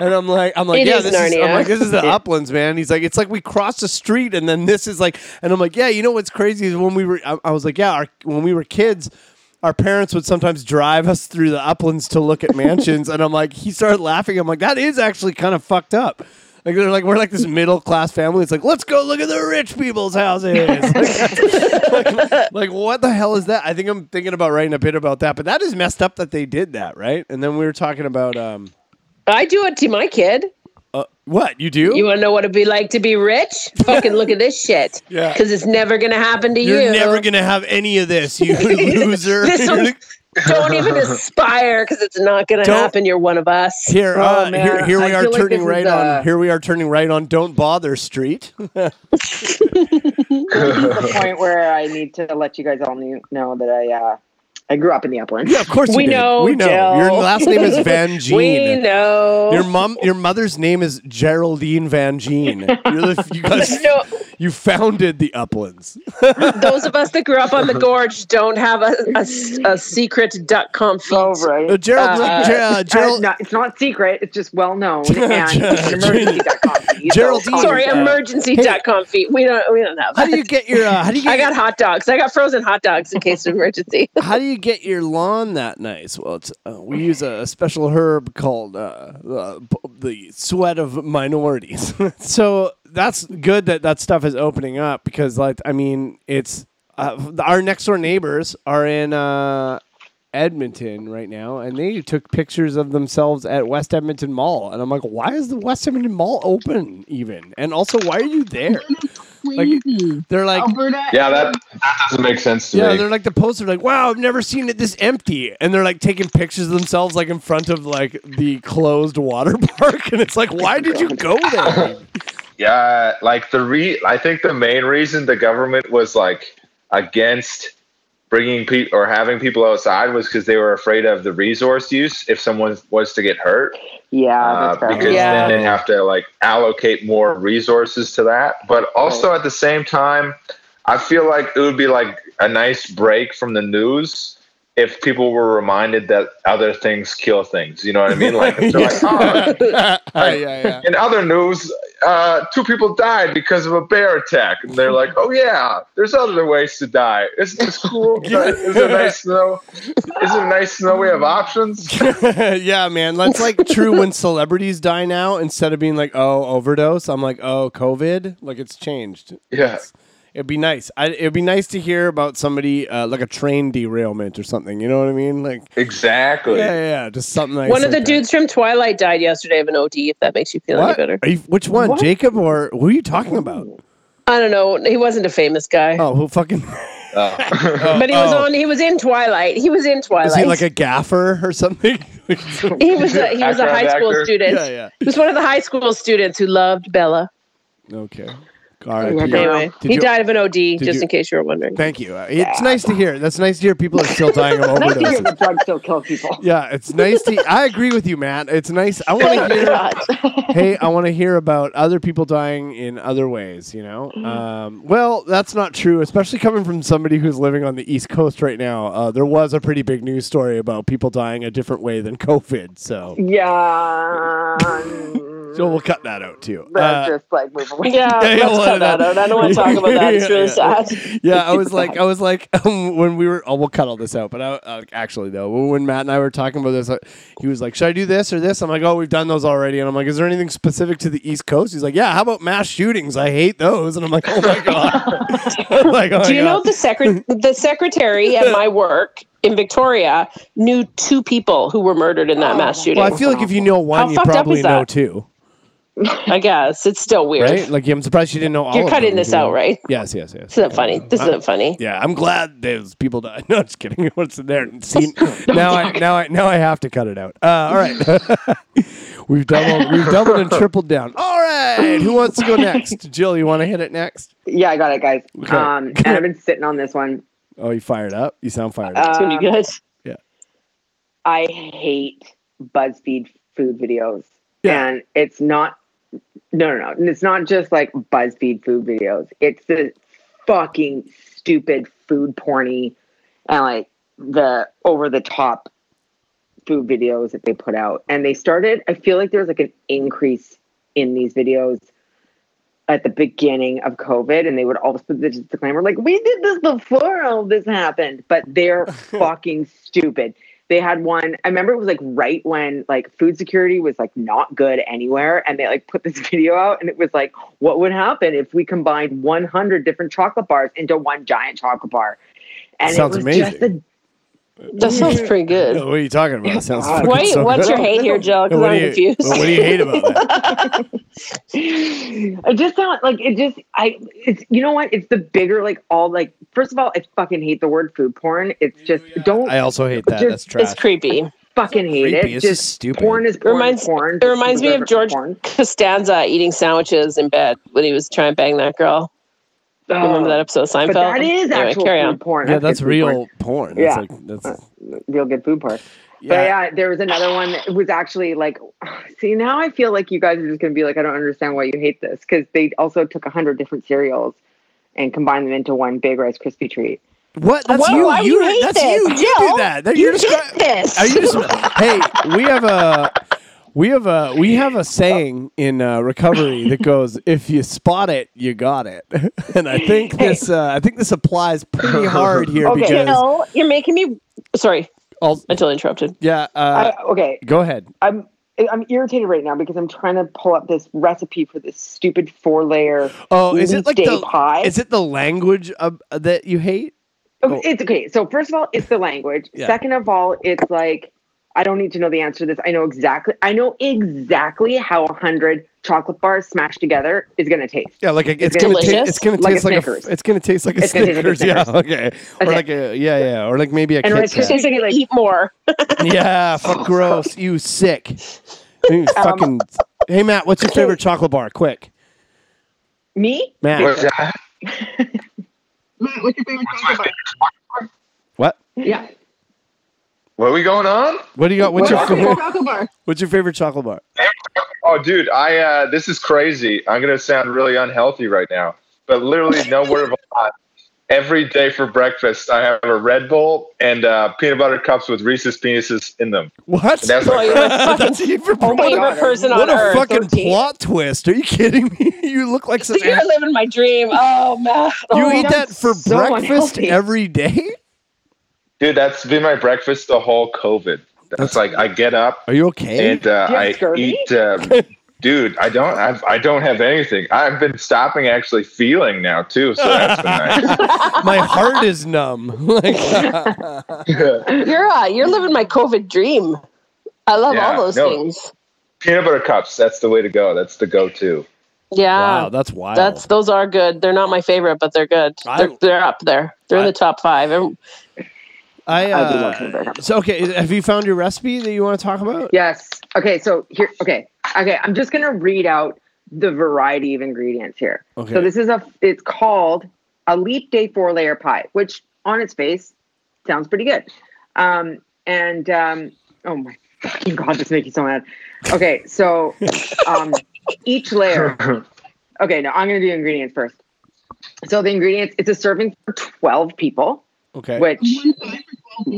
A: and I'm like, "I'm like,
B: It
A: yeah,
B: is
A: this is." I'm
B: Narnia.
A: like, "This is the Uplands, man." He's like, "It's like we crossed the street, and then this is like," and I'm like, "Yeah, you know what's crazy is when we were, I, I was like, yeah, our, when we were kids." our parents would sometimes drive us through the uplands to look at mansions and i'm like he started laughing i'm like that is actually kind of fucked up like they're like we're like this middle class family it's like let's go look at the rich people's houses like, like- like, what the hell is that i think i'm thinking about writing a bit about that but that is messed up that they did that right and then we were talking about um
B: I do it to my kid.
A: uh, what you do
B: You want to know what it'd be like to be rich? Fucking look at this shit.
A: Yeah.
B: Because it's never going to happen to you
A: you're never gonna have any of this you loser
B: This one- Don't even aspire because it's not going to
A: Don't-
B: happen. You're one of us.
A: Here,
C: Oh,
A: uh,
C: man,
A: here, here we
C: I
A: are
C: feel like
A: turning
C: this is,
A: right
C: uh,
A: on. Here we are turning right on. Don't bother Street.
C: the point where I need to let you guys all knew, know that I uh, I grew up in the uplands.
A: yeah, of course you
B: We
A: did.
B: know,
A: We know.
B: Joe.
A: Your last name is Van
B: We
A: Gene.
B: know.
A: Your mom, your mother's name is Geraldine Van Gene. You're the, you guys,
B: No.
A: you founded the Uplands.
B: Those of us that grew up on the gorge don't have a, a s- a secret duck confit.
C: So right.
A: Uh, Gerald,
B: Uh,
A: Ger- uh,
C: Uh,
A: Gerald,
C: no, it's not secret. It's just well known. And it's emergency.com.
A: Geraldine-
B: Sorry,
A: Yeah.
B: emergency
A: Hey.
B: duck confit. We don't. We don't have.
A: how
B: That.
A: do you get your uh, how do you
B: I
A: get
B: got hot dogs. I got frozen hot dogs in case of emergency.
A: how do you get your lawn that nice? Well, it's uh, we use a special herb called uh, uh, b- the sweat of minorities. so that's good that that stuff is opening up because, like, I mean, it's uh, our next door neighbors are in. Uh, Edmonton right now, and they took pictures of themselves at West Edmonton Mall, and I'm like, why is the West Edmonton Mall open even? And also, why are you there? Like, they're like,
E: Alberta.
D: Yeah, that that doesn't make sense to
A: yeah,
D: me.
A: they're like the poster, like, wow, I've never seen it this empty. And they're like taking pictures of themselves, like in front of like the closed water park. And it's like, why did you go there?
D: Yeah, like the re I think the main reason the government was like against bringing people or having people outside was because they were afraid of the resource use if someone was to get hurt
C: Yeah,
D: uh,
C: Ah, that's fair.
D: because
B: Yeah.
D: then they have to like allocate more resources to that. But also at the same time, I feel like it would be like a nice break from the news if people were reminded that other things kill things. You know what I mean? Like, if they're like oh,
A: yeah, yeah.
D: in other news, uh, two people died because of a bear attack, and they're like, "Oh yeah, there's other ways to die. Isn't this cool?
A: Yeah.
D: Is it nice to know? Is it nice to know we have options?"
A: yeah, man. That's like true when celebrities die now. Instead of being like, oh, overdose, I'm like, oh, COVID. Like it's changed.
D: Yeah,
A: It'd be nice. I, it'd be nice to hear about somebody uh, like a train derailment or something. You know what I mean? Like, yeah,
D: exactly.
A: yeah, yeah just something like
B: One of the
A: like that.
B: dudes from Twilight died yesterday of an OD. If that makes you feel
A: What?
B: any better,
A: Are you, which one,
C: What?
A: Jacob or who are you talking about?
B: I don't know. He wasn't a famous guy,
A: Oh, who fucking?
D: Oh.
B: but he was
A: oh.
B: on. He was in Twilight. He was in Twilight.
A: Is he like a gaffer or something?
B: He was a, he was a
D: Background
B: high school
D: actor?
B: student.
A: Yeah, yeah.
B: He was one of the high school students who loved Bella.
A: okay. All right.
C: Yeah,
A: Peter.
C: go.
B: Anyway,
A: Did
B: he
A: you-
B: died of an OD, just
A: you-
B: in case you were wondering.
A: Thank you. Uh, It's nice to hear. That's nice to hear people are still dying of
C: Nice to hear the
A: overdoses.
C: drugs still kill people.
A: Yeah, it's nice to. I agree with you, Matt. It's nice. I want to hear.
C: God.
A: Hey, I want to hear about other people dying in other ways. You know. Um, well, that's not true, especially coming from somebody who's living on the East Coast right now. Uh, there was a pretty big news story about people dying a different way than COVID. So,
C: Yeah. Mm.
A: so we'll cut that out too.
C: That's
A: Uh,
C: just like move away.
B: Yeah,
A: Yeah, yeah,
B: let's
A: well,
B: cut that
A: that-
B: out. I don't want to talk about that. It's
A: Yeah,
B: really
A: yeah.
B: sad.
A: yeah, I was like, I was like, um, when we were, oh, we'll cut all this out. But I, uh, actually, though, when- when Matt and I were talking about this, uh, he was like, "Should I do this or this?" I'm like, "Oh, we've done those already." And I'm like, "Is there anything specific to the East Coast?" He's like, "Yeah, how about mass shootings? I hate those." And I'm like, "Oh my god!" I'm like, oh
B: Do
A: my
B: you know
A: God.
B: the secret the secretary at my work in Victoria knew two people who were murdered in that
C: Oh.
B: mass shooting?
A: Well, I feel like if you know one,
B: How
A: you
B: fucked up
A: probably
B: is
A: know
B: that?
A: two,
B: I guess it's still weird.
A: right? Like, I'm surprised you didn't know all.
B: You're
A: of
B: cutting
A: them, Uh,
B: this
A: you know?
B: out, right?
A: Yes, yes, yes.
B: This isn't funny. This isn't funny.
A: Yeah, I'm glad those people died. No, just kidding. What's in there? See, now I now I now I have to cut it out. Uh, all right, we've doubled, we've doubled and tripled down. All right, who wants to go next? Jill, you want to hit it next?
C: Yeah, I got it, guys.
A: Okay.
C: Um, and I've been sitting on this one.
B: Uh,
A: Oh, you fired up. You sound fired up.
B: It's gonna
C: Um,
B: be good.
C: I hate BuzzFeed food videos.
A: Yeah.
C: And it's not no no no. It's not just like BuzzFeed food videos. It's the fucking stupid food porny and like the over the top food videos that they put out. And they started I feel like there was like an increase in these videos at the beginning of COVID, and they would always put this disclaimer like, "We did this before all this happened," but they're fucking stupid. They had one. I remember it was like right when like food security was like not good anywhere, and they like put this video out, and it was like, "What would happen if we combined 100 different chocolate bars into one giant chocolate bar?" And
A: Sounds
C: it was just
A: amazing.
C: a
B: That sounds pretty
A: Oh, What
B: good.
A: are you talking about? It sounds fucking
B: Wait,
A: so
B: what's
A: good.
B: your hate here, Joe? Because
A: What
B: I'm
A: do you, oh,
B: confused.
A: what do you hate about that?
C: I just don't like it. Just I, it's you know what? It's the bigger like all like. First of all, I fucking hate the word food porn. It's just don't
A: I also hate that.
C: Just-
A: That's trash.
B: It's creepy.
C: fucking hate
A: creepy.
C: it.
A: It's
C: Just
A: just stupid.
C: porn is porn.
B: Reminds-
C: is porn.
B: It reminds me of
C: Reserve it for
B: George
C: porn.
B: Costanza eating sandwiches in bed when he was trying to bang that girl. Remember that episode of
C: Oh. But
B: Seinfeld?
C: that is
B: Anyway,
C: actual
B: carry
C: food
B: on.
C: porn.
A: yeah, that's
C: good food
A: real porn.
C: Yeah.
A: That's like, that's,
C: porn. Real good food porn. But
A: yeah.
C: yeah, there was another one that was actually like, see, now I feel like you guys are just going to be like, I don't understand why you hate this. Because they also took 100 different cereals and combined them into one big Rice Krispie treat.
A: What? That's
B: Why-
A: you.
B: why do
A: you
B: you hate
A: that's
B: this?
A: you. You
B: Jill,
A: do that. That-
B: you
A: you're descri-
B: did this.
A: Are you just- hey, we have a we have a we have a saying in uh, recovery that goes, "If you spot it, you got it." and I think this uh, I think this applies pretty hard here
C: Okay.
A: because
B: No, you're making me. Sorry,
A: I'll-
B: I totally interrupted.
A: yeah. Uh,
C: I, okay,
A: go ahead.
C: I'm I'm irritated right now because I'm trying to pull up this recipe for this stupid four layer.
A: Oh, is it like
C: day
A: the
C: pie?
A: is it the language of, that you hate?
C: Okay, It's okay. So first of all, it's the language.
A: Yeah.
C: Second of all, it's like I don't need to know the answer to this. I know exactly. I know exactly how a hundred chocolate bars smashed together is going to taste.
A: Yeah, like a, it's,
C: It's
A: gonna ta-
B: delicious?
A: it's gonna
C: Like a
A: taste like a, f-
C: Snickers.
A: it's gonna taste like a
C: It's gonna taste like
A: Snickers.
C: a
A: Yeah, okay. Or
C: Okay.
A: like a yeah, yeah. Or like maybe a Kit
C: And Rice
A: Kat.
C: Krispies
B: She's like, eat more.
A: Yeah, fuck gross. You sick.
C: Um,
A: You fucking. Hey Matt, what's your favorite chocolate bar? Quick,
C: Me?
A: Matt.
D: What's that?
C: Matt, what's your favorite chocolate bar?
A: What?
C: Yeah.
D: What are we going on?
A: What do you got? What's your favorite?
C: chocolate bar?
A: What's your favorite chocolate bar?
D: Oh, dude, I uh, this is crazy. I'm gonna sound really unhealthy right now, but literally no word of a lie. Every day for breakfast, I have a Red Bull and uh, peanut butter cups with Reese's penises in them.
A: What?
D: That's
B: Oh, you're
D: my
B: the
A: That's even.
C: Oh my
B: favorite
C: God.
B: person
A: what
B: on
A: a
B: earth.
A: fucking
B: OT.
A: plot twist! Are you kidding me? You look like such.
B: You're
A: a-
B: living my dream. Oh man.
A: You
B: Oh,
A: eat
B: no.
A: that for
C: so
A: breakfast
C: unhealthy.
A: every day?
D: dude. That's been my breakfast the whole COVID. That's like I get up
A: Are you okay?
D: and uh,
C: Do you have
D: I
C: scurvy?
D: eat. Uh, dude, I don't. I've, I don't have anything. I've been stopping actually feeling now too, so that's been nice.
A: My heart is numb. Like,
B: You're uh, you're living my COVID dream. I love
D: Yeah,
B: all those
D: no.
B: things.
D: peanut butter cups. That's the way to go. That's the go-to.
B: Yeah.
A: wow, that's wild.
B: That's those are good. They're not my favorite, but they're good.
A: I-
B: they're, they're up there. They're in
A: I-
B: the top five. Every-
A: I.
C: I do love
A: Uh,
C: peanut butter cups.
A: so okay, have you found your recipe that you want to talk about?
C: Yes. Okay. So here. Okay. Okay. I'm just gonna read out the variety of ingredients here.
A: Okay.
C: So this is a. It's called a leap day four layer pie, which on its face sounds pretty good. Um, and um, oh my fucking god, this makes you so mad. Okay. So um, each layer. Okay. Now I'm gonna do ingredients first. So the ingredients. It's a serving for twelve people
A: Okay.
C: which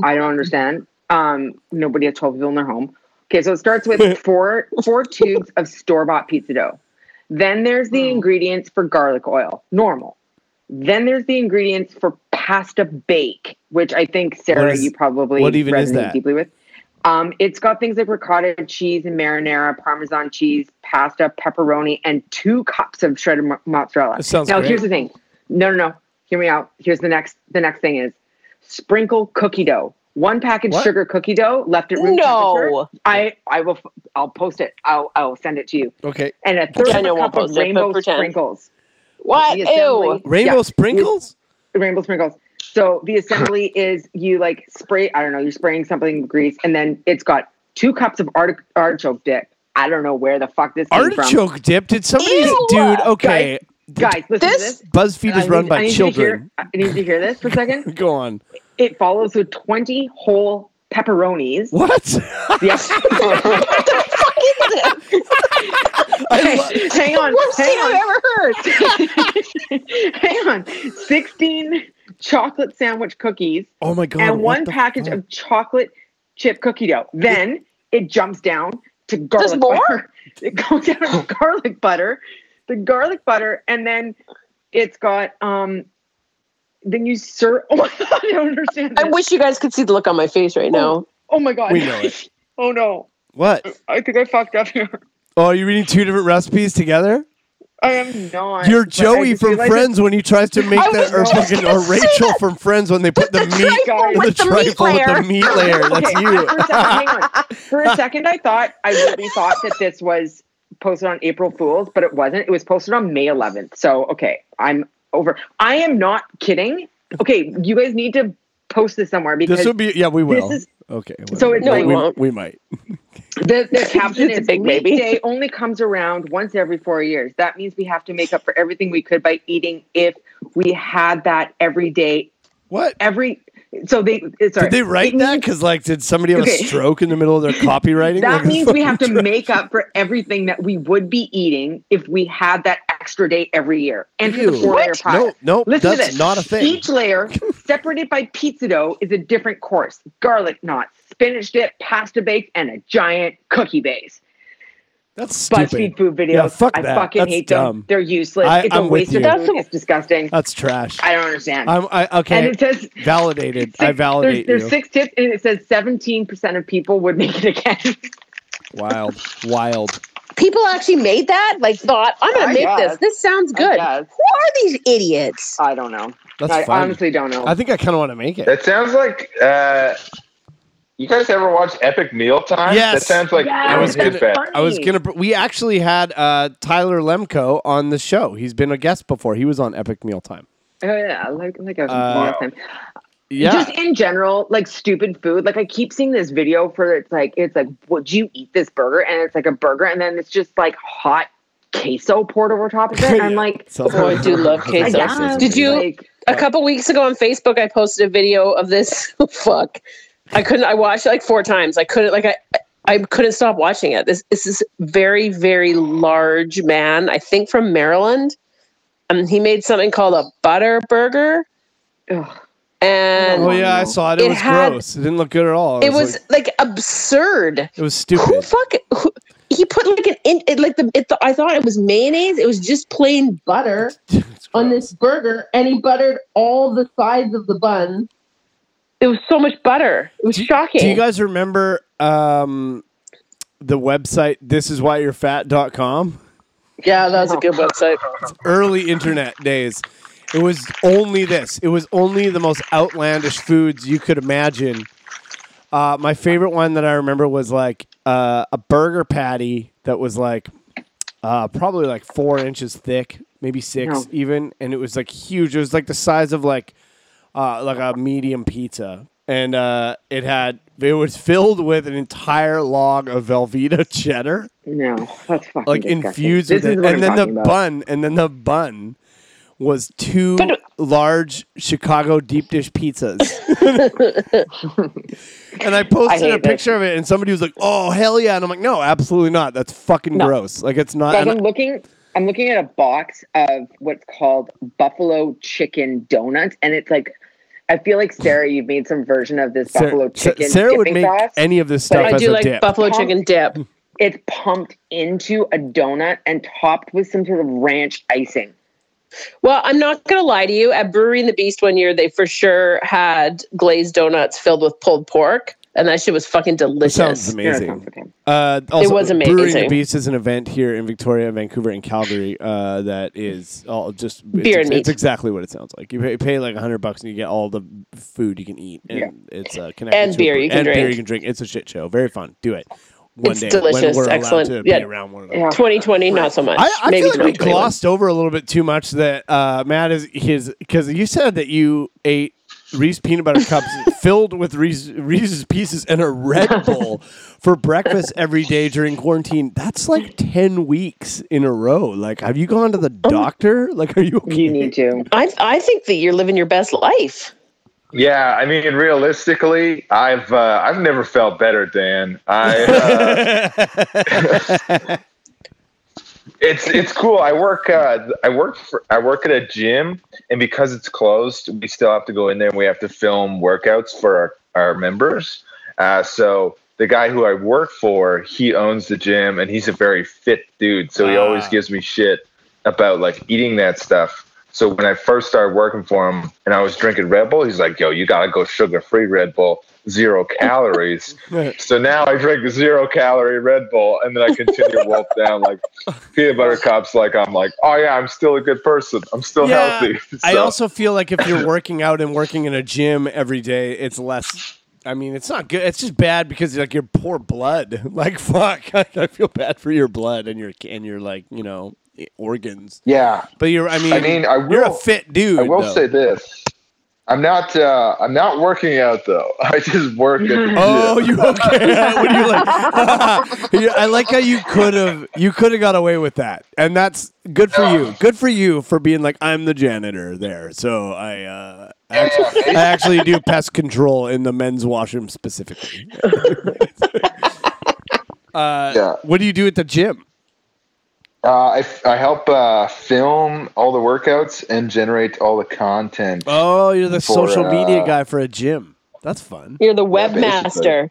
C: I don't understand. Um, nobody has 12 people in their home. Okay, so it starts with four four tubes of store bought pizza dough. Then there's the ingredients for garlic oil, normal. Then there's the ingredients for pasta bake, which I think Sarah,
A: What is-
C: you probably
A: what even
C: resonate
A: is that?
C: deeply with. Um, it's got things like ricotta cheese and marinara, parmesan cheese, pasta, pepperoni, and two cups of shredded mo- mozzarella.
A: That sounds
C: now
A: great.
C: here's the thing. No, no, no. Hear me out. Here's the next. The next thing is sprinkle cookie dough. One package
A: What?
C: sugar cookie dough left at room
B: No.
C: temperature. I I will. f- I'll post it. I'll I'll send it to you.
A: Okay.
C: And a third
B: Daniel
C: of a
B: won't
C: cup
B: post
C: of
B: it, but
C: rainbow
B: pretend.
C: sprinkles.
B: What?
C: The assembly-
B: Ew.
A: Rainbow
C: Yeah.
A: sprinkles?
C: rainbow sprinkles. So the assembly is you like spray. I don't know. You're spraying something with grease, and then it's got two cups of arti- artichoke dip. I don't know where the fuck this came from.
A: Artichoke dip? Did somebody?
B: Ew!
A: Dude, okay.
C: Guys, listen
B: This-
C: to this.
A: BuzzFeed
C: I
A: is run
C: need- I
A: by
C: need you to hear-
A: children.
C: I need you to hear this for a second.
A: Go on.
C: It follows with 20 whole pepperonis.
A: What?
C: Yes.
B: what the fuck is this?
A: I lo-
C: hang on.
B: Worst
C: hang
B: thing
C: on.
B: I've ever heard.
C: hang on. 16 chocolate sandwich cookies
A: oh my god!
C: and
A: what
C: one
A: the
C: package
A: fuck?
C: of chocolate chip cookie dough. Then it jumps down to garlic
B: There's more?
C: butter. It goes down to garlic butter, the garlic butter, and then it's got um then you serve oh my god, I don't understand.
B: I
C: this.
B: wish you guys could see the look on my face right now.
C: oh my god.
A: We know it.
C: oh no.
A: What?
C: I think I fucked up here.
A: Oh, are you reading two different recipes together?
C: I am not.
A: You're
C: but I
A: Joey
C: just
A: from
C: realized
A: Friends when he tries to make
B: I
A: the
B: was
A: or,
C: just
A: fucking,
B: gonna
A: or
B: say
A: Rachel from Friends when they put the, meat
C: guys.
A: in the trifle with the meat layer. That's
C: Okay,
A: you.
C: For a second, hang on. For a second, I thought I really thought that this was posted on April Fools, but it wasn't. It was posted on May 11th. So okay, I'm over. I am not kidding. Okay, you guys need to post this somewhere because
A: This would be yeah. We will.
C: is-
A: okay.
C: So
A: whatever.
C: it's
A: We-
B: like-
A: we,
B: won't.
A: we might.
C: the, the caption
B: It's a
C: is
B: big baby.
C: weekday only comes around once every four years. That means we have to make up for everything we could by eating. If we had that every day,
A: What?
C: every so they it's
A: Did they write that? Because like, did somebody have
C: Okay.
A: a stroke in the middle of their copywriting?
C: That
A: Like,
C: means we have to make up for everything that we would be eating if we had that extra day every year. And for the
A: Ew.
C: four layer
A: What?
C: pie.
A: No, no,
C: Listen to
A: that's
C: this.
A: not a thing.
C: Each layer, separated by pizza dough, is a different course garlic knots, spinach dip, pasta bake, and a giant cookie base.
A: That's
C: BuzzFeed
A: stupid.
C: food videos.
A: Yeah, fuck
C: I
A: that.
C: fucking
A: That's
C: hate
A: dumb.
C: them. They're useless.
A: I-
C: it's
A: I'm
C: a
A: with
C: waste of
A: you.
C: food. It's disgusting.
A: That's trash.
C: I don't understand.
A: I'm I
C: And
A: okay.
C: it says
A: validated.
C: six-
A: I validate
C: there's,
A: you.
C: there's six tips, and it says 17% of people would make it again.
A: Wild, wild.
B: People actually made that. Like thought, I'm gonna
C: I
B: make
C: guess.
B: this. This sounds
C: I
B: good. Who
C: guess.
B: are these idiots?
C: I don't know.
A: That's
C: I
A: fun.
C: honestly don't know.
A: I think I kind of want to make it.
D: That sounds like uh, you guys ever watch Epic Meal Time?
A: Yes.
D: That sounds like
C: Yes.
A: I was
D: his
A: gonna-
D: bag.
A: I was gonna. We actually had uh, Tyler Lemko on the show. He's been a guest before. He was on Epic Meal Time.
C: Oh yeah, like like I was
A: Uh,
C: last time.
A: Yeah.
C: Just in general, like stupid food. Like I keep seeing this video for it's like it's like would you eat this burger? And it's like a burger, and then it's just like hot queso poured over top of it. And I'm
A: Yeah.
C: like,
A: Sounds
B: Oh, I
A: like-
B: do love
A: sounds
B: queso.
A: like
C: yeah.
A: queso.
B: Did you-
C: Like,
B: a couple weeks ago on Facebook, I posted a video of this. fuck, I couldn't. I watched it like four times. I couldn't. Like I, I couldn't stop watching it. This, this is very, very large man. I think from Maryland. Um, he made something called a butter burger,
C: ugh.
B: and
A: Oh yeah, I saw it. It,
B: It
A: was
B: had-
A: gross. It didn't look good at all.
B: it was
A: like-
B: like, absurd.
A: it was
B: Who
A: stupid.
B: fuck? Who, he put like an in, it, like the, it, I thought it was mayonnaise. It was just plain butter.
A: It's
E: on
A: gross.
E: this burger and he buttered all the sides of the bun.
B: It was so much butter. It was
A: Do-
B: shocking.
A: Do you guys remember um, the website thisiswhyyou'refat.com?
B: yeah, that was a good website.
A: Early internet days. It was only this. It was only the most outlandish foods you could imagine. Uh, my favorite one that I remember was like uh, a burger patty that was like uh, probably like four inches thick, maybe six
C: No.
A: even, and it was like huge. It was like the size of like uh, like a medium pizza, and uh, it had it was filled with an entire log of Velveeta cheddar,
C: No, that's fucking
A: like
C: disgusting.
A: infused
C: This
A: with
C: is
A: it,
C: what I'm
A: and then the
C: talking about.
A: bun, and then the bun was two
B: But-
A: large Chicago deep dish pizzas. and I posted
C: hate
A: a
C: it.
A: picture of it, and somebody was like, "Oh hell yeah!" And I'm like, "No, absolutely not. That's fucking gross. Like it's not."
C: Guys,
A: and
C: I'm looking. I'm looking at a box of what's called buffalo chicken donuts, and it's like, I feel like Sarah, you've made some version of this
A: Sarah,
C: buffalo
A: Sa-
C: chicken
A: Sarah would
C: dipping
A: make
C: sauce.
A: any of this
C: but
A: stuff
B: I
A: as
B: do
A: a
B: like
A: dip.
B: buffalo chicken dip.
C: it's pumped into a donut and topped with some sort of ranch icing.
B: Well, I'm not going to lie to you. At Brewery and the Beast one year, they for sure had glazed donuts filled with pulled pork, and that shit was fucking
A: It sounds
B: delicious.
C: Yeah, that
A: amazing.
C: sounds okay.
A: Uh, also,
B: was
A: Brewery and the
B: amazing.
A: Beast is an event here in Victoria, Vancouver, and Calgary uh, that is all just it's,
B: Beer and
A: It's
B: meat.
A: exactly what it sounds like. You pay, pay like hundred bucks and you get all the food you can eat, and
C: Yeah.
A: it's uh, connected
B: And
A: to a
B: beer
A: bre-
B: you can
A: and beer
B: drink.
A: you can drink. It's a shit show. Very fun. Do it one
B: It's
A: day when
B: delicious,
A: we're
B: excellent.
A: allowed to
B: Yeah.
A: be around one of them.
C: Yeah.
B: 2020, not so much.
A: I, I
B: Maybe
A: feel like we
B: 2021.
A: glossed over a little bit too much that uh, Matt is his because you said that you ate Reese's peanut butter cups filled with Reese, Reese's pieces and a Red Bull for breakfast every day during quarantine. That's like ten weeks in a row. Like, have you gone to the doctor? Like, are you okay?
C: You need to.
B: I, I think that you're living your best life.
D: Yeah, I mean, realistically, I've uh, I've never felt better, Dan. I uh, it's it's cool. I work uh, I work for, I work at a gym, and because it's closed, we still have to go in there. and We have to film workouts for our our members. Uh, so the guy who I work for, he owns the gym, and he's a very fit dude. So he always
A: Ah.
D: gives me shit about like eating that stuff. So when I first started working for him, and I was drinking Red Bull, he's like, "Yo, you gotta go sugar free Red Bull, zero calories." So now I drink zero calorie Red Bull and then I continue to wolf down like peanut butter cups. Like I'm like, oh yeah, I'm still a good person. I'm still
A: Yeah,
D: healthy.
A: I
D: So,
A: also feel like if you're working out and working in a gym every day, it's less. I mean, it's not good. It's just bad because like your poor blood. Like fuck, I feel bad for your blood and your and your like you know organs.
D: yeah.
A: But you're. I mean,
D: I mean, I
A: you're a
D: will-
A: fit dude.
D: I will
A: though.
D: say this. I'm not. Uh, I'm not working out though. I just work. At the
A: Oh,
D: gym.
A: you okay? when you like, You- I like how you could have you could have got away with that, and that's good for you. Good for you for being like I'm the janitor there. So I, uh, I actually, I actually do pest control in the men's washroom specifically. uh,
D: Yeah.
A: What do you do at the gym?
D: Uh, I, f- I help uh, film all the workouts and generate all the content.
A: Oh, you're the
D: For,
A: social media
D: uh,
A: guy for a gym. That's fun.
B: You're the
D: Yeah, basically.
B: webmaster.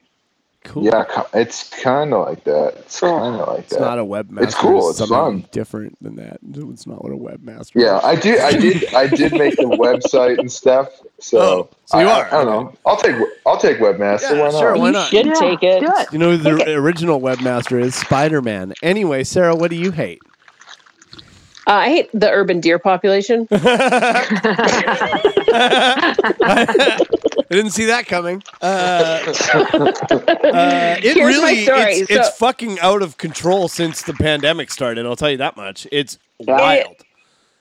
A: Cool.
D: Yeah, co- it's kind of like that. It's kind of like
A: It's not
D: that.
A: a webmaster.
D: cool, it's
A: something
D: fun.
A: Different than that. It's not what a webmaster.
D: Yeah,
A: is.
D: I did. I did. I did make the website and stuff. So,
A: Oh, so you
D: I,
A: are,
D: I, don't know. I'll take. I'll take webmaster.
A: Yeah,
D: why not?
A: sure, why
B: you
A: not?
B: should
C: Yeah,
B: take it. Uh,
C: do it.
A: You know, the
C: Take it.
A: original webmaster is Spider Man. Anyway, Sarah, what do you hate?
B: Uh, I hate the urban deer population.
A: I didn't see that coming. Uh, uh, it
B: Here's my
A: really,
B: story.
A: It's, it's
B: So-
A: fucking out of control since the pandemic started. I'll tell you that much. It's wild.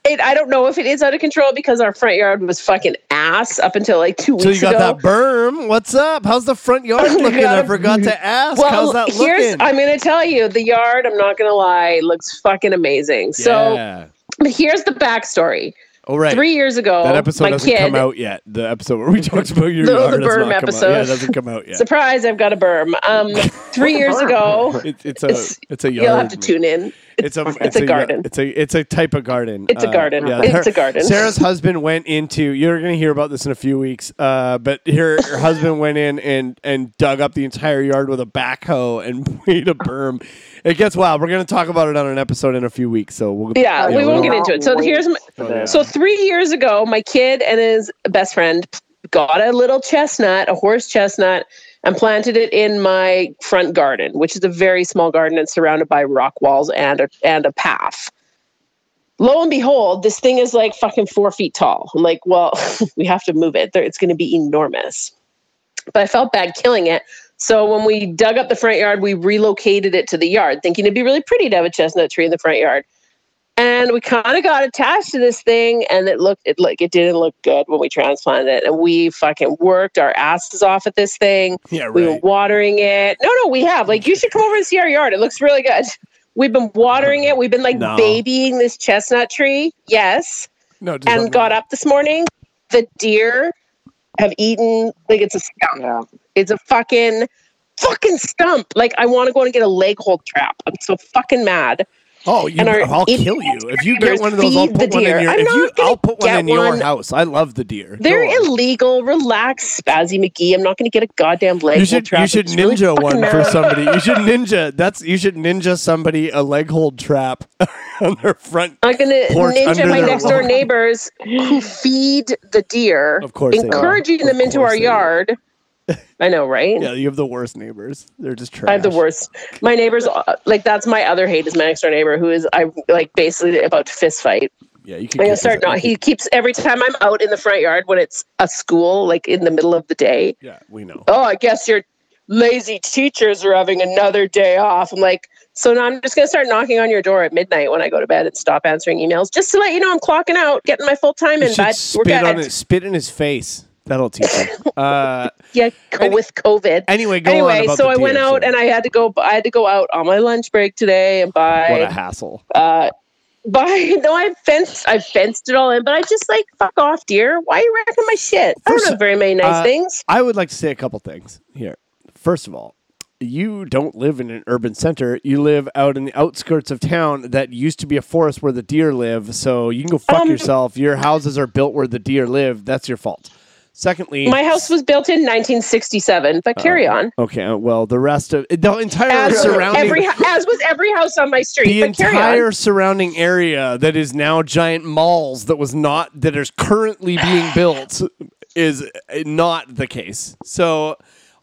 B: It, I don't know if it is out of control because our front yard was fucking ass up until like two
A: So
B: weeks
A: you got
B: ago.
A: that berm. What's up? How's the front yard looking? I
B: gotta-
A: forgot to ask. How's that
B: here's
A: looking?
B: I'm gonna tell you the yard. I'm not gonna lie, looks fucking amazing. So,
A: yeah.
B: but here's the backstory.
A: All right.
B: Three years ago,
A: that episode
B: my
A: hasn't
B: kid.
A: come out yet. The episode where we talked about your
B: The- the
A: yard has
B: berm
A: not come out.
B: episode.
A: Yeah, it doesn't come out yet.
B: Surprise! I've got a berm. Um, three years ago,
A: It, it's a
B: It's-
A: it's a yard.
B: you'll have to
A: meeting.
B: tune in.
A: It's a
B: it's a
A: yard-
B: garden.
A: It's a it's a type of garden. Uh,
B: It's a garden. It's a garden.
A: Sarah's husband went into. You're going to hear about this in a few weeks. Uh, but her, her husband went in and and dug up the entire yard with a backhoe and made a berm. It gets wild. We're going to talk about it on an episode in a few weeks. So we'll
B: Yeah, we won't get into it. So
C: Wait
B: here's my,
C: for
A: Oh,
C: this.
B: So three years ago, my kid and his best friend got a little chestnut, a horse chestnut, and planted it in my front garden, which is a very small garden and surrounded by rock walls and a, and a path. Lo and behold, this thing is like fucking four feet tall. I'm like, well, we have to move it. There- It's going to be enormous. But I felt bad killing it. So when we dug up the front yard, we relocated it to the yard, thinking it'd be really pretty to have a chestnut tree in the front yard and we kind of got attached to this thing and it looked it like it didn't look good when we transplanted it and we fucking worked our asses off at this thing
A: yeah, right.
B: we were watering it no no we have like you should come over and see our yard it looks really good we've been watering it we've been like
A: No.
B: babying this chestnut tree yes
A: no, just
B: and got up this morning the deer have eaten like it's a skunk
C: Yeah.
B: it's a fucking fucking stump like i want to go and get a leg hold trap i'm so fucking mad
A: Oh, you,
B: and our
A: I'll
B: idiot
A: kill you if you get
B: neighbors
A: one of those. I'll
B: feed the
A: put one in
B: deer.
A: your.
B: I'm
A: if you,
B: not gonna
A: I'll put one
B: get
A: in your
B: one.
A: house. I love the deer.
B: They're
A: Go on.
B: illegal. Relax, Spazzy McGee. I'm not going to get a goddamn leg.
A: You
B: hole
A: should
B: trap.
A: you should
B: It's really
A: ninja
B: fucking
A: one for
B: mad.
A: somebody. You should ninja. That's you should ninja somebody a leg hold trap on their front.
B: I'm going to
A: porch under
B: ninja my
A: their
B: next door
A: lawn.
B: neighbors who feed the deer,
A: Of course they do.
B: encouraging
A: Of
B: them into
A: course
B: our
A: they do.
B: yard. I know, right?
A: Yeah, you have the worst neighbors. They're just trash.
B: I have the worst. My neighbors, uh, like that's my other hate is my next door neighbor who is I like basically about to fist fight.
A: Yeah, you can.
B: I'm gonna
A: keep
B: start
A: this-
B: not. He keeps every time I'm out in the front yard when it's a school, like in the middle of the day.
A: Yeah, we know.
B: oh, I guess your lazy teachers are having another day off. I'm like, so now I'm just going to start knocking on your door at midnight when I go to bed and stop answering emails just to let you know I'm clocking out, getting my full time
A: You
B: in,
A: should
B: bud. We're
A: spit on
B: good.
A: it. Spit in his face. That'll teach him. Uh,
B: Yeah, co-
A: Any-
B: with COVID.
A: anyway, go on
B: Anyway,
A: about
B: so
A: the
B: I went
A: deer,
B: out
A: so-
B: and I had to go. I had to go out on my lunch break today and
A: what a
B: buy
A: hassle.
B: uh, by no, I've fenced, I've fenced it all in, but I just like fuck off, dear. Why are you wrecking my shit? I
A: First-
B: don't know very many nice
A: uh,
B: things.
A: I would like to say a couple things here. First of all, you don't live in an urban center. You live out in the outskirts of town that used to be a forest where the deer live. So you can go fuck
B: Um,
A: yourself. Your houses are built where the deer live. That's your fault. Secondly,
B: My house was built in 1967, but carry on.
A: okay. uh, Well, the rest of the entire
B: As,
A: surrounding
B: every, as was every house on my street.
A: the
B: but carry on.
A: entire surrounding area that is now giant malls that was not that is currently being built is uh, not the case. So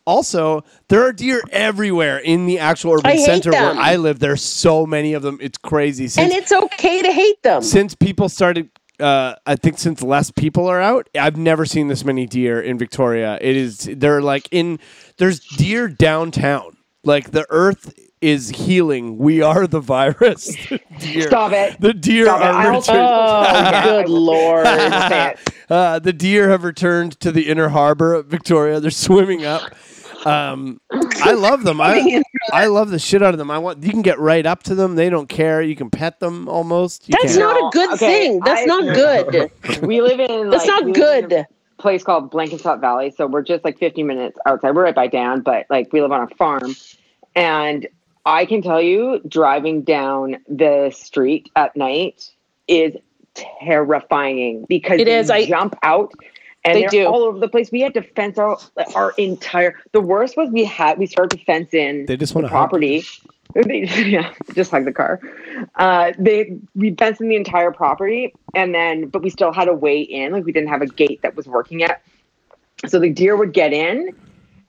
A: also there are deer everywhere in the actual urban
B: I hate
A: center
B: them.
A: where I live. There's so many of them. It's crazy.
B: and
A: Since
B: it's okay to hate them.
A: since people started uh, I think since less people are out, I've never seen this many deer in Victoria. It is they're like in there's deer downtown. Like the earth is healing. We are the virus. deer.
C: Stop it.
A: The deer
C: Stop it.
A: are
C: I'll-
A: returned.
B: Oh, good lord.
C: Say it.
A: Uh, the deer have returned to the inner harbor of Victoria. They're swimming up. Um, I love them. I, I love the shit out of them. I want you can get right up to them. They don't care. You can pet them almost. You
B: That's
A: can.
B: not a good
C: Okay,
B: thing. That's
C: I-
B: not good.
C: We live in.
B: That's not
C: like, mm. we live in
B: good.
C: a place called Blankenshot Valley, so we're just like 15 minutes outside. We're right by down, but like we live on a farm, and I can tell you, driving down the street at night is terrifying because
B: It
C: they
B: is, I-
C: jump out. And
B: They
C: they are
B: do.
C: all over the place. We had to fence our our entire. The worst was we had we started to fence in
A: They just want
C: the
A: to hug.
C: property. They- yeah, just like the car. Uh, they we fenced in the entire property, and then but we still had a way in. Like we didn't have a gate that was working yet. So the deer would get in,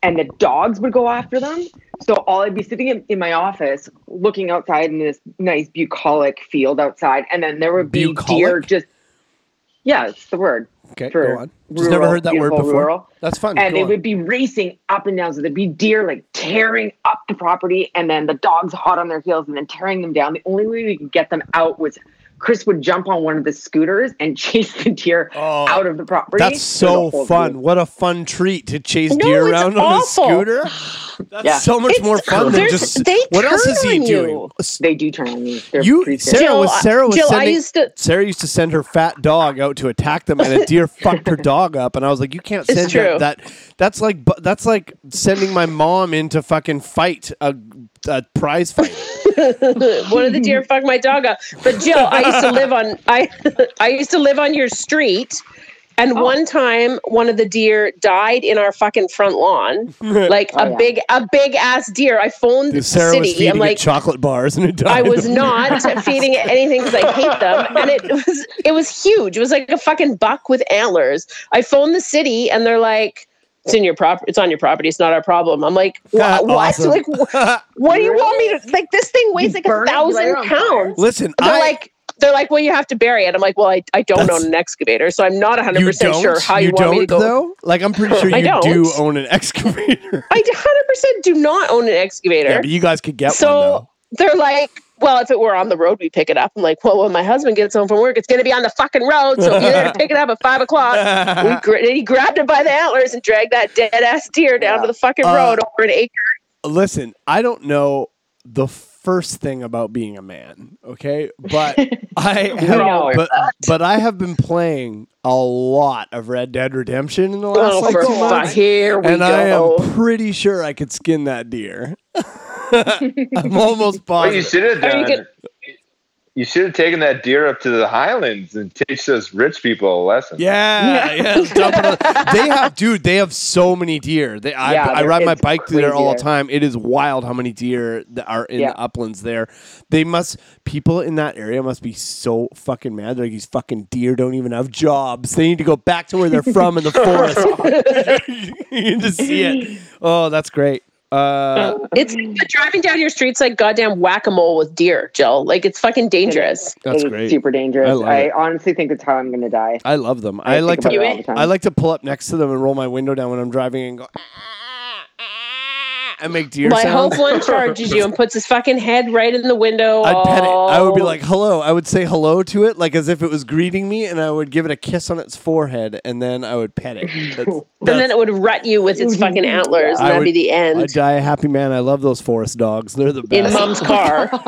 C: and the dogs would go after them. So all I'd be sitting in, in my office, looking outside in this nice bucolic field outside, and then there would be deer
A: Bucolic?
C: just. Yeah, it's the word.
A: Okay,
C: for
A: go on. Just never
C: rural,
A: heard that word
C: beautiful
A: before.
C: rural.
A: That's fun.
C: And
A: Go
C: they
A: on.
C: would be racing up and down. So there'd be deer like tearing up the property, and then the dogs hot on their heels and then tearing them down. The only way we could get them out was Chris would jump on one of the scooters and chase the deer
A: Oh,
C: out of the property.
A: That's
C: for the
A: so
C: whole
A: fun.
C: view.
A: What a fun treat to chase
B: No,
A: deer
B: it's
A: around
B: awful.
A: on a scooter. That's
C: Yeah.
A: so much
B: It's-
A: more fun than
B: there's-
A: just.
B: they
A: what else
B: turn
A: is he
B: on
A: doing?
B: you.
A: S-
C: They do turn on you. They're
A: You,
C: creatures.
A: Sarah
B: Jill,
A: was Sarah was
B: Jill, I
A: sending,
B: used to-
A: Sarah used to send her fat dog out to attack them, and a deer fucked her dog up. And I was like, "You can't
B: It's
A: send
B: true.
A: that, that. That's like bu- that's like sending my mom in to fucking fight a, a prize fight.
B: One of the deer fucked my dog up. But Jill, I used to live on I I used to live on your street. And
C: Oh.
B: one time one of the deer died in our fucking front lawn. Like
C: Oh,
B: a
C: yeah.
B: big a big ass deer. I phoned the
A: Sarah was
B: city.
A: feeding
B: I'm
A: it
B: like
A: chocolate bars, and it died.
B: I was
A: of-
B: not feeding it anything because I hate them, and it was it was huge. It was like a fucking buck with antlers. I phoned the city, and they're like, "It's in your property. It's on your property. It's not our problem." I'm like, "What? what?
A: Awesome.
B: Like, wh- what do you want me to? Like, this thing weighs like a
C: burn it, you light it
B: thousand
C: on
B: pounds."
A: Listen,
B: They're
A: I
B: like, "They're like, well, you have to bury it." I'm like, "Well, I, I don't
A: That's-
B: own an excavator, so I'm not 100 percent sure how you, want
A: don't,
B: me to go."
A: Though? Like I'm pretty sure
B: I
A: you
B: don't.
A: do own an excavator.
B: I 100 percent do not own an excavator.
A: yeah, but you guys could get
B: So-
A: one though.
B: they're like, well, if it were on the road, we pick it up. I'm like, well, when my husband gets home from work, it's going to be on the fucking road. So if you're there to pick it up at five o'clock. We gra- he grabbed it by the antlers and dragged that dead ass deer down to the fucking
A: Uh,
B: road over an acre.
A: Listen, I don't know the first thing about being a man, okay? But I have,
C: all are
A: but, but I have been playing a lot of Red Dead Redemption in the last like
B: Oh, for
A: two
B: fuck-
A: months.
B: here we
A: And I
B: go.
A: am pretty sure I could skin that deer. I'm almost
D: Well, you
A: positive.
D: should have
B: Are you
D: done.
B: good-
D: you should have taken that deer up to the highlands and teach those rich people a lesson.
A: Yeah, yeah. dump it on- they have, dude. They have so many deer. They, I,
C: Yeah,
A: I
C: they're-
A: ride my
C: it's
A: bike through there all the
C: crazier.
A: time. It is wild how many deer that are in
C: Yeah.
A: the uplands there. They must people in that area must be so fucking mad. They're like these fucking deer don't even have jobs. They need to go back to where they're from in the forest. you can just see it. Oh, that's great. Uh,
B: It's but driving down your streets like goddamn whack a mole with deer, Jill. Like it's fucking dangerous.
A: that's
C: It is
A: great.
C: super dangerous.
A: I
C: I,
A: love it.
C: honestly think that's how I'm going to die.
A: I love them. I, like
C: think about
A: to.
C: it all the time.
A: I like to pull up next to them and roll my window down when I'm driving and go. "Ah, ah, ah," And make deer
B: My
A: sounds.
B: hope one charges you and puts his fucking head right in the window.
A: I'd pet it. I would be
B: all-
A: like, hello. I would say hello to it, like as if it was greeting me, and I would give it a kiss on its forehead, and then I would pet it. That's,
B: and then it would rut you with its fucking
A: I
B: antlers, and that'd
A: would-
B: be the
A: I
B: end.
A: die a happy man. I love those forest dogs. They're the
B: In
A: best.
B: mom's car.
A: I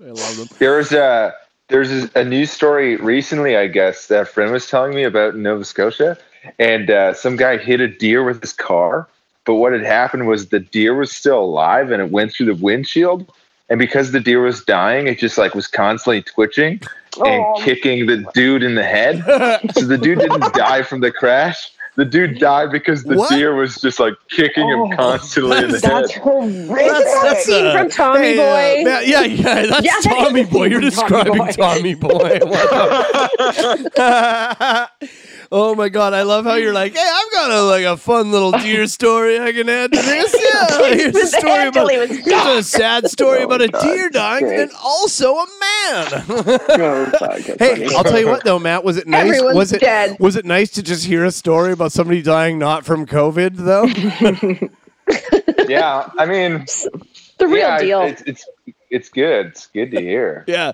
A: love them.
D: There was a there's this- a news story recently, I guess, that a friend was telling me about in Nova Scotia, and uh, some guy hit a deer with his car. But what had happened was the deer was still alive, and it went through the windshield. And because the deer was dying, it just like was constantly twitching and
C: Oh.
D: kicking the dude in the head. So the dude didn't die from the crash. The dude died because the
A: What?
D: deer was just like kicking
C: Oh,
D: him constantly in the head.
C: That's horrific.
A: That's- that's
B: Scene
A: uh,
B: from Tommy
A: hey, uh,
B: Boy.
A: Ma- yeah, yeah, that's
C: Yeah, that is
A: Tommy
C: a
A: Boy. You're
C: scene from Tommy
A: describing Tommy Boy. Wow. oh my god, I love how you're like, hey, I've got a like a fun little deer story I can add to this. Yeah, here's a
B: With
A: story about
B: Angeline was
A: here's a sad story
C: Oh
A: about
C: my
A: a
C: God,
A: deer dying
C: great.
A: and also a man.
C: Oh, fuck, that's
A: Hey,
C: funny.
A: I'll tell you what though, Matt. Was it nice?
E: Everyone's
A: was it
E: dead.
A: was it nice to just hear a story about somebody dying not from COVID though?
D: Yeah, I mean,
B: The real
D: yeah,
B: deal.
D: It's, it's it's good. It's good to hear.
A: yeah,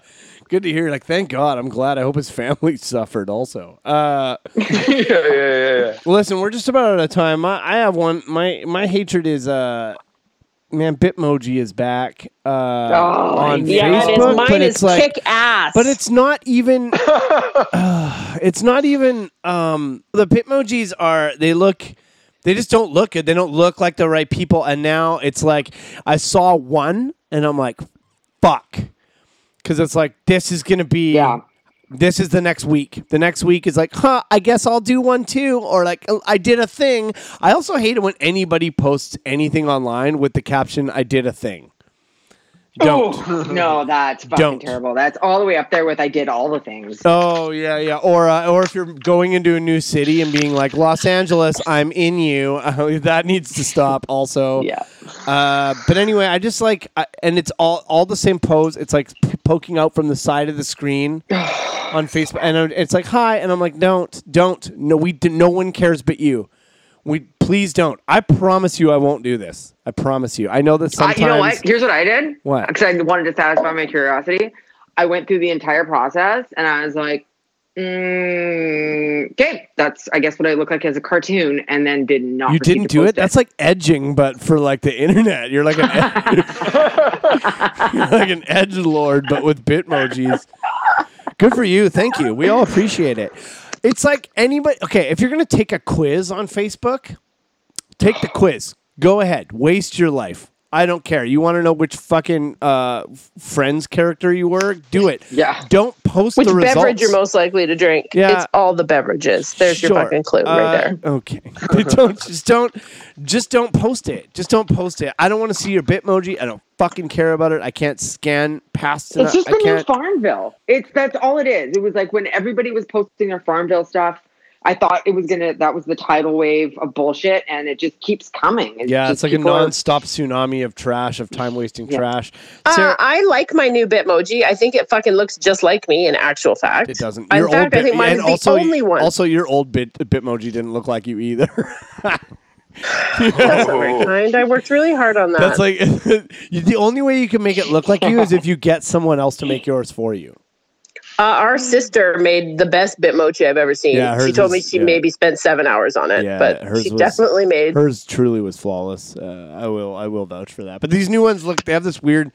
A: good to hear. Like, thank God. I'm glad. I hope his family suffered also. Uh,
D: yeah, yeah, yeah, yeah.
A: listen, we're just about out of time. I, I have one. My my hatred is uh, man, Bitmoji is back uh,
C: Oh,
A: on
B: yeah, it
A: Facebook,
B: is. Mine
A: but
B: is
A: it's like,
B: kick ass.
A: but it's not even. uh, it's not even. Um, the Bitmojis are. They look. They just don't look good. They don't look like the right people. And now it's like I saw one, and I'm like, fuck, because it's like this is gonna be
C: Yeah.
A: this is the next week. The next week is like, huh, I guess I'll do one too. Or like, "Oh, I did a thing. I also hate it when anybody posts anything online with the caption, I did a thing. Don't. Oh,
C: Ooh, no, that's fucking
A: Don't. Oh,
C: terrible. That's all the way up there with I did all the things.
A: yeah, yeah. Or, uh, or if you're going into a new city and being like, Los Angeles, I'm in you. oh, that needs to stop also.
C: Yeah.
A: Uh, but anyway, I just like, I, and it's all all the same pose. It's like p- poking out from the side of the screen on Facebook, and I'm- it's like hi, and I'm like, don't, don't, no, we, d- no one cares but you. We please don't. I promise you, I won't do this. I promise you. I know that
C: I-
A: sometimes.
C: you know what? Here's what I did.
A: What?
C: Because I wanted to satisfy my curiosity. I went through the entire process and I was like, mm, okay, that's, I guess, what I look like as a cartoon, and then did not.
A: you
C: proceed
A: didn't
C: to
A: do
C: post
A: it. That's like edging, but for like the internet. You're like an ed- you're like an edge lord, but with bitmojis. Good for you. Thank you. We all appreciate it. It's like anybody. Okay, if you're gonna take a quiz on Facebook, take the quiz. Go ahead. Waste your life. I don't care. You want to know which fucking uh, f- friends character you were? Do it.
C: Yeah.
A: Don't post
B: Which
A: the
B: beverage
A: results.
B: you're most likely to drink?
A: Yeah.
B: It's all the beverages. There's your
A: Sure.
B: fucking clue
A: Uh,
B: right there.
A: Okay. They don't just don't just don't post it. Just don't post it. I don't want to see your Bitmoji. I don't fucking care about it. I can't scan past it.
C: It's just
A: I
C: the new
A: can't.
C: Farmville. It's that's all it is. It was like when everybody was posting their Farmville stuff. I thought it was gonna. That was the tidal wave of bullshit, and it just keeps coming.
A: Yeah,
C: just
A: it's like a
C: people are-
A: non-stop tsunami of trash, of time-wasting
C: Yeah.
A: trash.
B: Uh,
A: Sarah,
B: I like my new Bitmoji. I think it fucking looks just like me in actual fact.
A: it doesn't.
B: In
A: Your old
B: fact, I
A: bit,
B: think mine
A: and
B: is
A: also,
B: the only one.
A: Also, your old bit Bitmoji didn't look like you either.
B: That's not very kind. I worked really hard on that.
A: That's like you- the only way you can make it look like you is if you get someone else to make yours for you.
B: uh, our sister made the best Bitmoji I've ever seen.
A: Yeah,
B: she
A: hers
B: told me
A: is-
B: she
A: yeah.
B: maybe spent seven hours on it,
A: Yeah,
B: but
A: hers
B: she
A: was-
B: definitely made.
A: Hers truly was flawless. Uh, I will I will vouch for that. But these new ones look they have this weird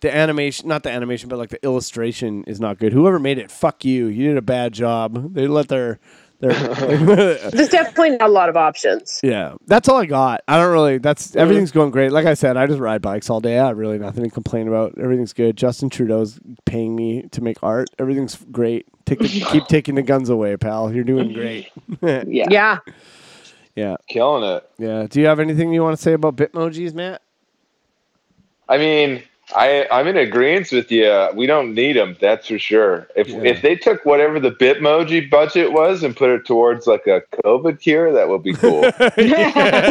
A: the animation not the animation but like the illustration is not good. Whoever made it, fuck you. You did a bad job. They let their their
B: There's definitely not a lot of options.
A: Yeah. That's all I got. I don't really that's everything's going great. Like I said, I just ride bikes all day. I have really nothing to complain about. Everything's good. Justin Trudeau's paying me to make art. Everything's great. Take the, keep taking the guns away, pal. You're doing great.
C: Yeah.
B: Yeah.
A: Yeah.
D: Killing it.
A: Yeah. Do you have anything you want to say about Bitmojis, Matt?
D: I mean, I I'm in agreement with you. We don't need them, that's for sure. If
A: Yeah.
D: if they took whatever the Bitmoji budget was and put it towards like a COVID cure, that would be cool.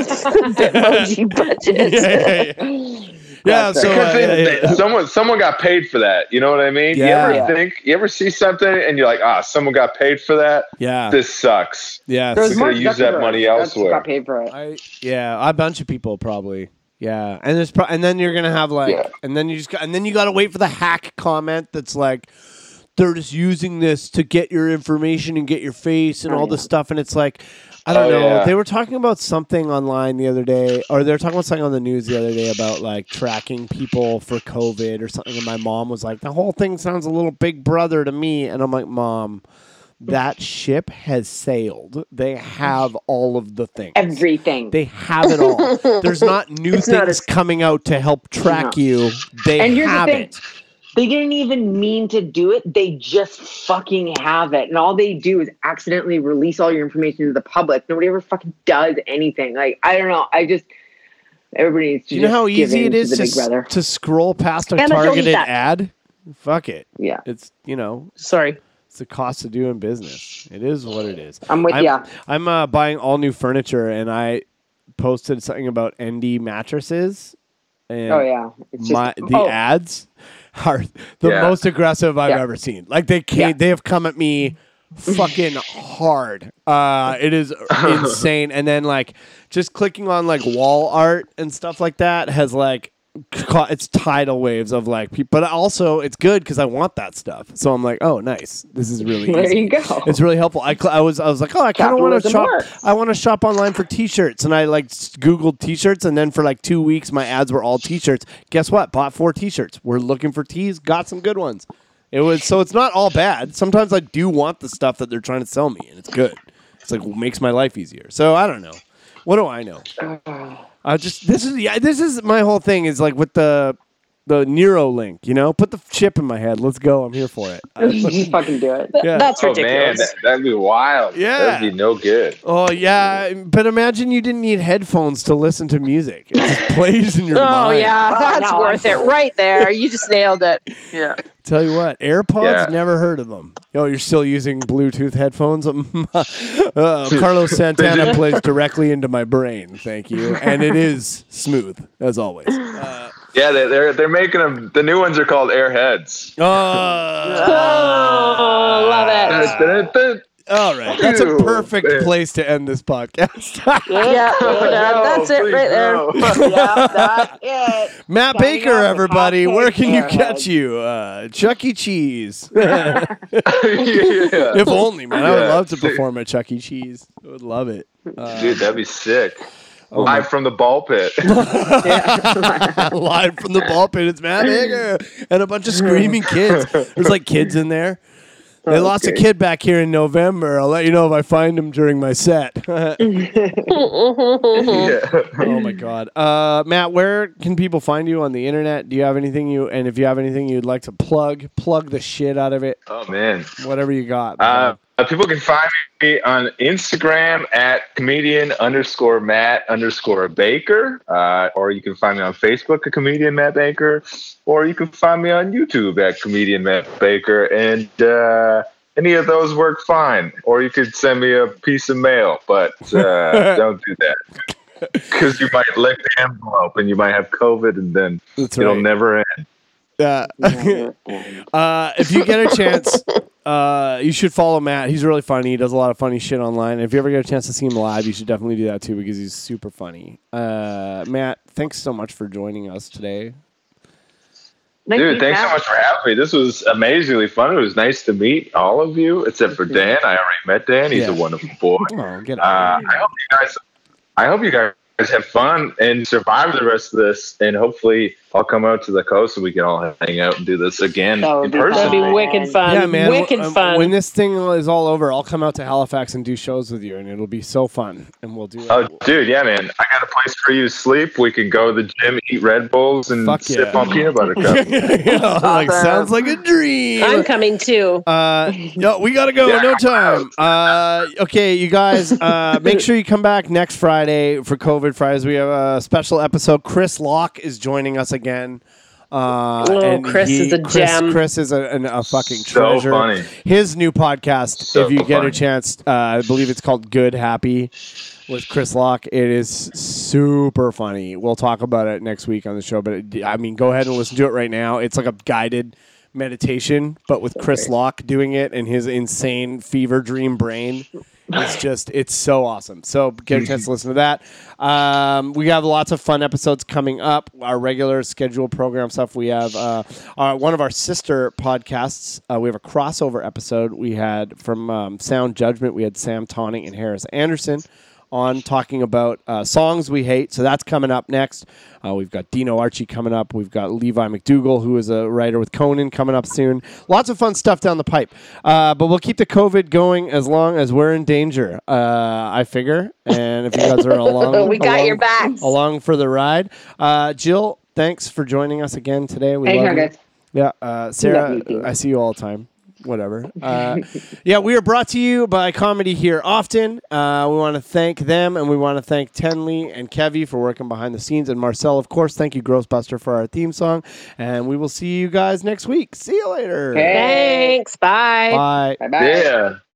B: Bitmoji budget.
A: yeah, yeah, yeah.
C: That's
A: so
D: Because
A: uh,
D: they-
A: yeah,
D: they-
A: yeah.
D: someone someone got paid for that. You know what I mean? You
A: Yeah.
D: ever think you ever see something and you're like, ah, someone got paid for that.
A: yeah,
D: This sucks.
A: yeah,
C: There was
D: They're
C: Mark
D: gonna use that
C: Zuckerberg.
D: money
C: That's who
D: elsewhere.
C: Got paid for it.
A: I, yeah, a bunch of people probably. Yeah, and there's pro- and then you're gonna have like,
D: Yeah.
A: and then you just got, and then you gotta wait for the hack comment that's like, they're just using this to get your information and get your face and
C: Oh,
A: all this
C: yeah.
A: stuff, and it's like, I don't
D: Mm-hmm. Oh,
A: know.
D: yeah.
A: They were talking about something online the other day, or they were talking about something on the news the other day about like tracking people for COVID or something. And my mom was like, "The whole thing sounds a little Big Brother to me," and I'm like, "Mom." That ship has sailed. They have all of the things.
C: Everything.
A: They have it all. There's not new
C: It's
A: things
C: not
A: coming out to help track you. They
C: And here's the
A: have
C: thing.
A: it.
C: they didn't even mean to do it. They just fucking have it. And all they do is accidentally release all your information to the public. Nobody ever fucking does anything. Like, I don't know. I just, everybody needs to
A: Do you know
C: just
A: how
C: give
A: easy
C: in
A: it is
C: to
A: to,
C: the big
A: s-
C: brother.
A: to scroll past a
C: Emma, don't eat
A: targeted
C: that.
A: ad? Fuck it.
C: Yeah.
A: It's you know
B: Sorry.
A: it's the cost of doing business. It is what it is.
C: I'm with
A: I'm,
C: ya.
A: I'm uh, buying all new furniture, and I posted something about ND mattresses. And
C: Oh, yeah. It's just,
A: my the
C: oh,
A: ads are the
D: Yeah.
A: most aggressive I've
C: Yeah.
A: ever seen. Like they can't. They have come at me fucking hard. Uh, it is insane. And then like just clicking on like wall art and stuff like that has like ca- it's tidal waves of like people but also it's good because i want that stuff so i'm like oh nice this is really
C: there
A: easy.
C: you go.
A: It's really helpful. I, cl- I was I was like, oh, I kind of want to
C: Capitalism
A: shop.
C: works.
A: I want to shop online for T-shirts, and I like s- Googled T-shirts, and then for like two weeks, my ads were all T-shirts. Guess what? Bought four T-shirts. We're looking for tees. Got some good ones. It was so it's not all bad. Sometimes I do want the stuff that they're trying to sell me, and it's good. It's like makes my life easier. So I don't know. What do I know? I just this is yeah this is my whole thing is like with the the Neuro link. You know, put the chip in my head. Let's go. I'm here for it.
C: just fucking do it.
A: Yeah.
B: That's
D: Oh man,
B: ridiculous.
D: that, that'd be wild.
A: Yeah.
D: that'd be no good.
A: Oh yeah, but imagine you didn't need headphones to listen to music. It just plays in your
B: Oh
A: mind.
B: yeah,
C: Oh,
B: that's
C: no,
B: worth it right there. You just nailed it.
C: Yeah.
A: Tell you what, AirPods.
D: Yeah.
A: Never heard of them. Oh, you're still using Bluetooth headphones. Um, uh, Carlos Santana plays directly into my brain. Thank you, and it is smooth as always. Uh,
D: Yeah, they, they're they're making them. The new ones are called Airheads.
A: oh,
B: love it.
D: Dun-dun-dun-dun.
A: All right, that's a
D: Ew,
A: perfect
D: man.
A: place to end this podcast.
B: Yeah,
A: oh,
D: No,
B: Oh, that's it
D: please,
B: right there.
D: no.
C: yeah, that's it.
A: Matt
C: Signing
A: Baker,
C: off the
A: everybody,
C: podcast,
A: where can you
C: Airheads.
A: catch you? Uh, Chuck E. Cheese.
D: yeah.
A: If only, man. I would
D: Yeah.
A: love to perform at Chuck E. Cheese. I would love it. Uh,
D: Dude, that'd be sick.
A: Oh my- Oh
D: Live from the ball pit.
A: live from the ball pit, it's Matt Hager and a bunch of screaming kids. There's like kids in there. They lost a
D: Oh, Okay.
A: kid back here in November. I'll let you know if I find him during my set. oh
D: yeah.
A: my god, uh, Matt, where can people find you on the internet? Do you have anything you and if you have anything you'd like to plug, plug the shit out of it,
D: Oh man.
A: whatever you got.
D: Uh, people can find me on Instagram at comedian underscore Matt underscore Baker, uh, or you can find me on Facebook at comedian Matt Baker, or you can find me on YouTube at comedian Matt Baker, and uh, any of those work fine. Or you could send me a piece of mail, but uh, don't do that because you might lick the envelope and you might have COVID, and then
A: That's
D: it'll
A: right.
D: never end.
A: Uh, Uh, if you get a chance, uh, you should follow Matt. He's really funny. He does a lot of funny shit online. If you ever get a chance to see him live, you should definitely do that too because he's super funny. Uh, Matt, thanks so much for joining us today.
C: Thank
D: Dude,
C: you,
D: thanks so
C: Matt.
D: much for having me. This was amazingly fun. It was nice to meet all of you, except for Dan. I already met Dan. He's
A: Yeah.
D: a wonderful boy.
A: Oh, get
D: Uh,
A: out.
D: I hope you guys, I hope you guys have fun and survive the rest of this. And hopefully, I'll come out to the coast and we can all hang out and do this again
C: That would
D: in
C: be
D: person.
B: That'd be
C: man.
B: wicked fun.
A: yeah, man.
B: Uh, Wicked
A: w- um,
B: fun.
A: When this thing is all over, I'll come out to Halifax and do shows with you, and it'll be so fun. And we'll do it.
D: Oh, dude, yeah, man. I got a place for you to sleep. We can go to the gym, eat Red Bulls, and
A: Fuck
D: sip
A: yeah.
D: on peanut butter cups.
A: Yeah, like,
C: Awesome.
A: sounds like a dream.
B: I'm coming too.
A: Uh, no, we gotta go.
D: Yeah.
A: No time. Uh, okay, you guys, uh, make sure you come back next Friday for COVID Fridays. We have a special episode. Chris Locke is joining us again. Uh,
B: Oh,
A: and
B: Chris is a
A: Chris,
B: gem.
A: Chris is a, an- a fucking
D: So
A: treasure.
D: funny.
A: His new podcast,
D: So
A: if you get a
D: funny.
A: chance, uh, I believe it's called Good Happy with Chris Locke. It is super funny. We'll talk about it next week on the show, but it, I mean, go ahead and listen to it right now. It's like a guided meditation, but with Chris Locke doing it and his insane fever dream brain. It's just it's so awesome. So get a chance to listen to that. Um, we have lots of fun episodes coming up. Our regular schedule program stuff. We have uh, our, one of our sister podcasts. Uh, we have a crossover episode. We had from um, Sound Judgment. We had Sam Tawning and Harris Anderson on talking about uh, songs we hate. So that's coming up next. Uh, we've got Dino Archie coming up. We've got Levi McDougall, who is a writer with Conan, coming up soon. Lots of fun stuff down the pipe. Uh, but we'll keep the COVID going as long as we're in danger, uh, I figure. And if you guys are along,
B: we got
A: along,
B: your backs.
A: along for the ride. Uh, Jill, thanks for joining us again today. We
C: Anytime,
A: love you.
C: guys.
A: Yeah, uh, Sarah,
C: Love you, too.
A: I see you all the time. Whatever. Uh, yeah, we are brought to you by Comedy Here Often. Uh, we want to thank them, and we want to thank Tenley and Kevy for working behind the scenes, and Marcel, of course. Thank you, Grossbuster, for our theme song, and we will see you guys next week. See you later.
C: Okay.
B: Thanks. Bye.
A: Uh, Bye.
C: Bye bye.
D: Yeah.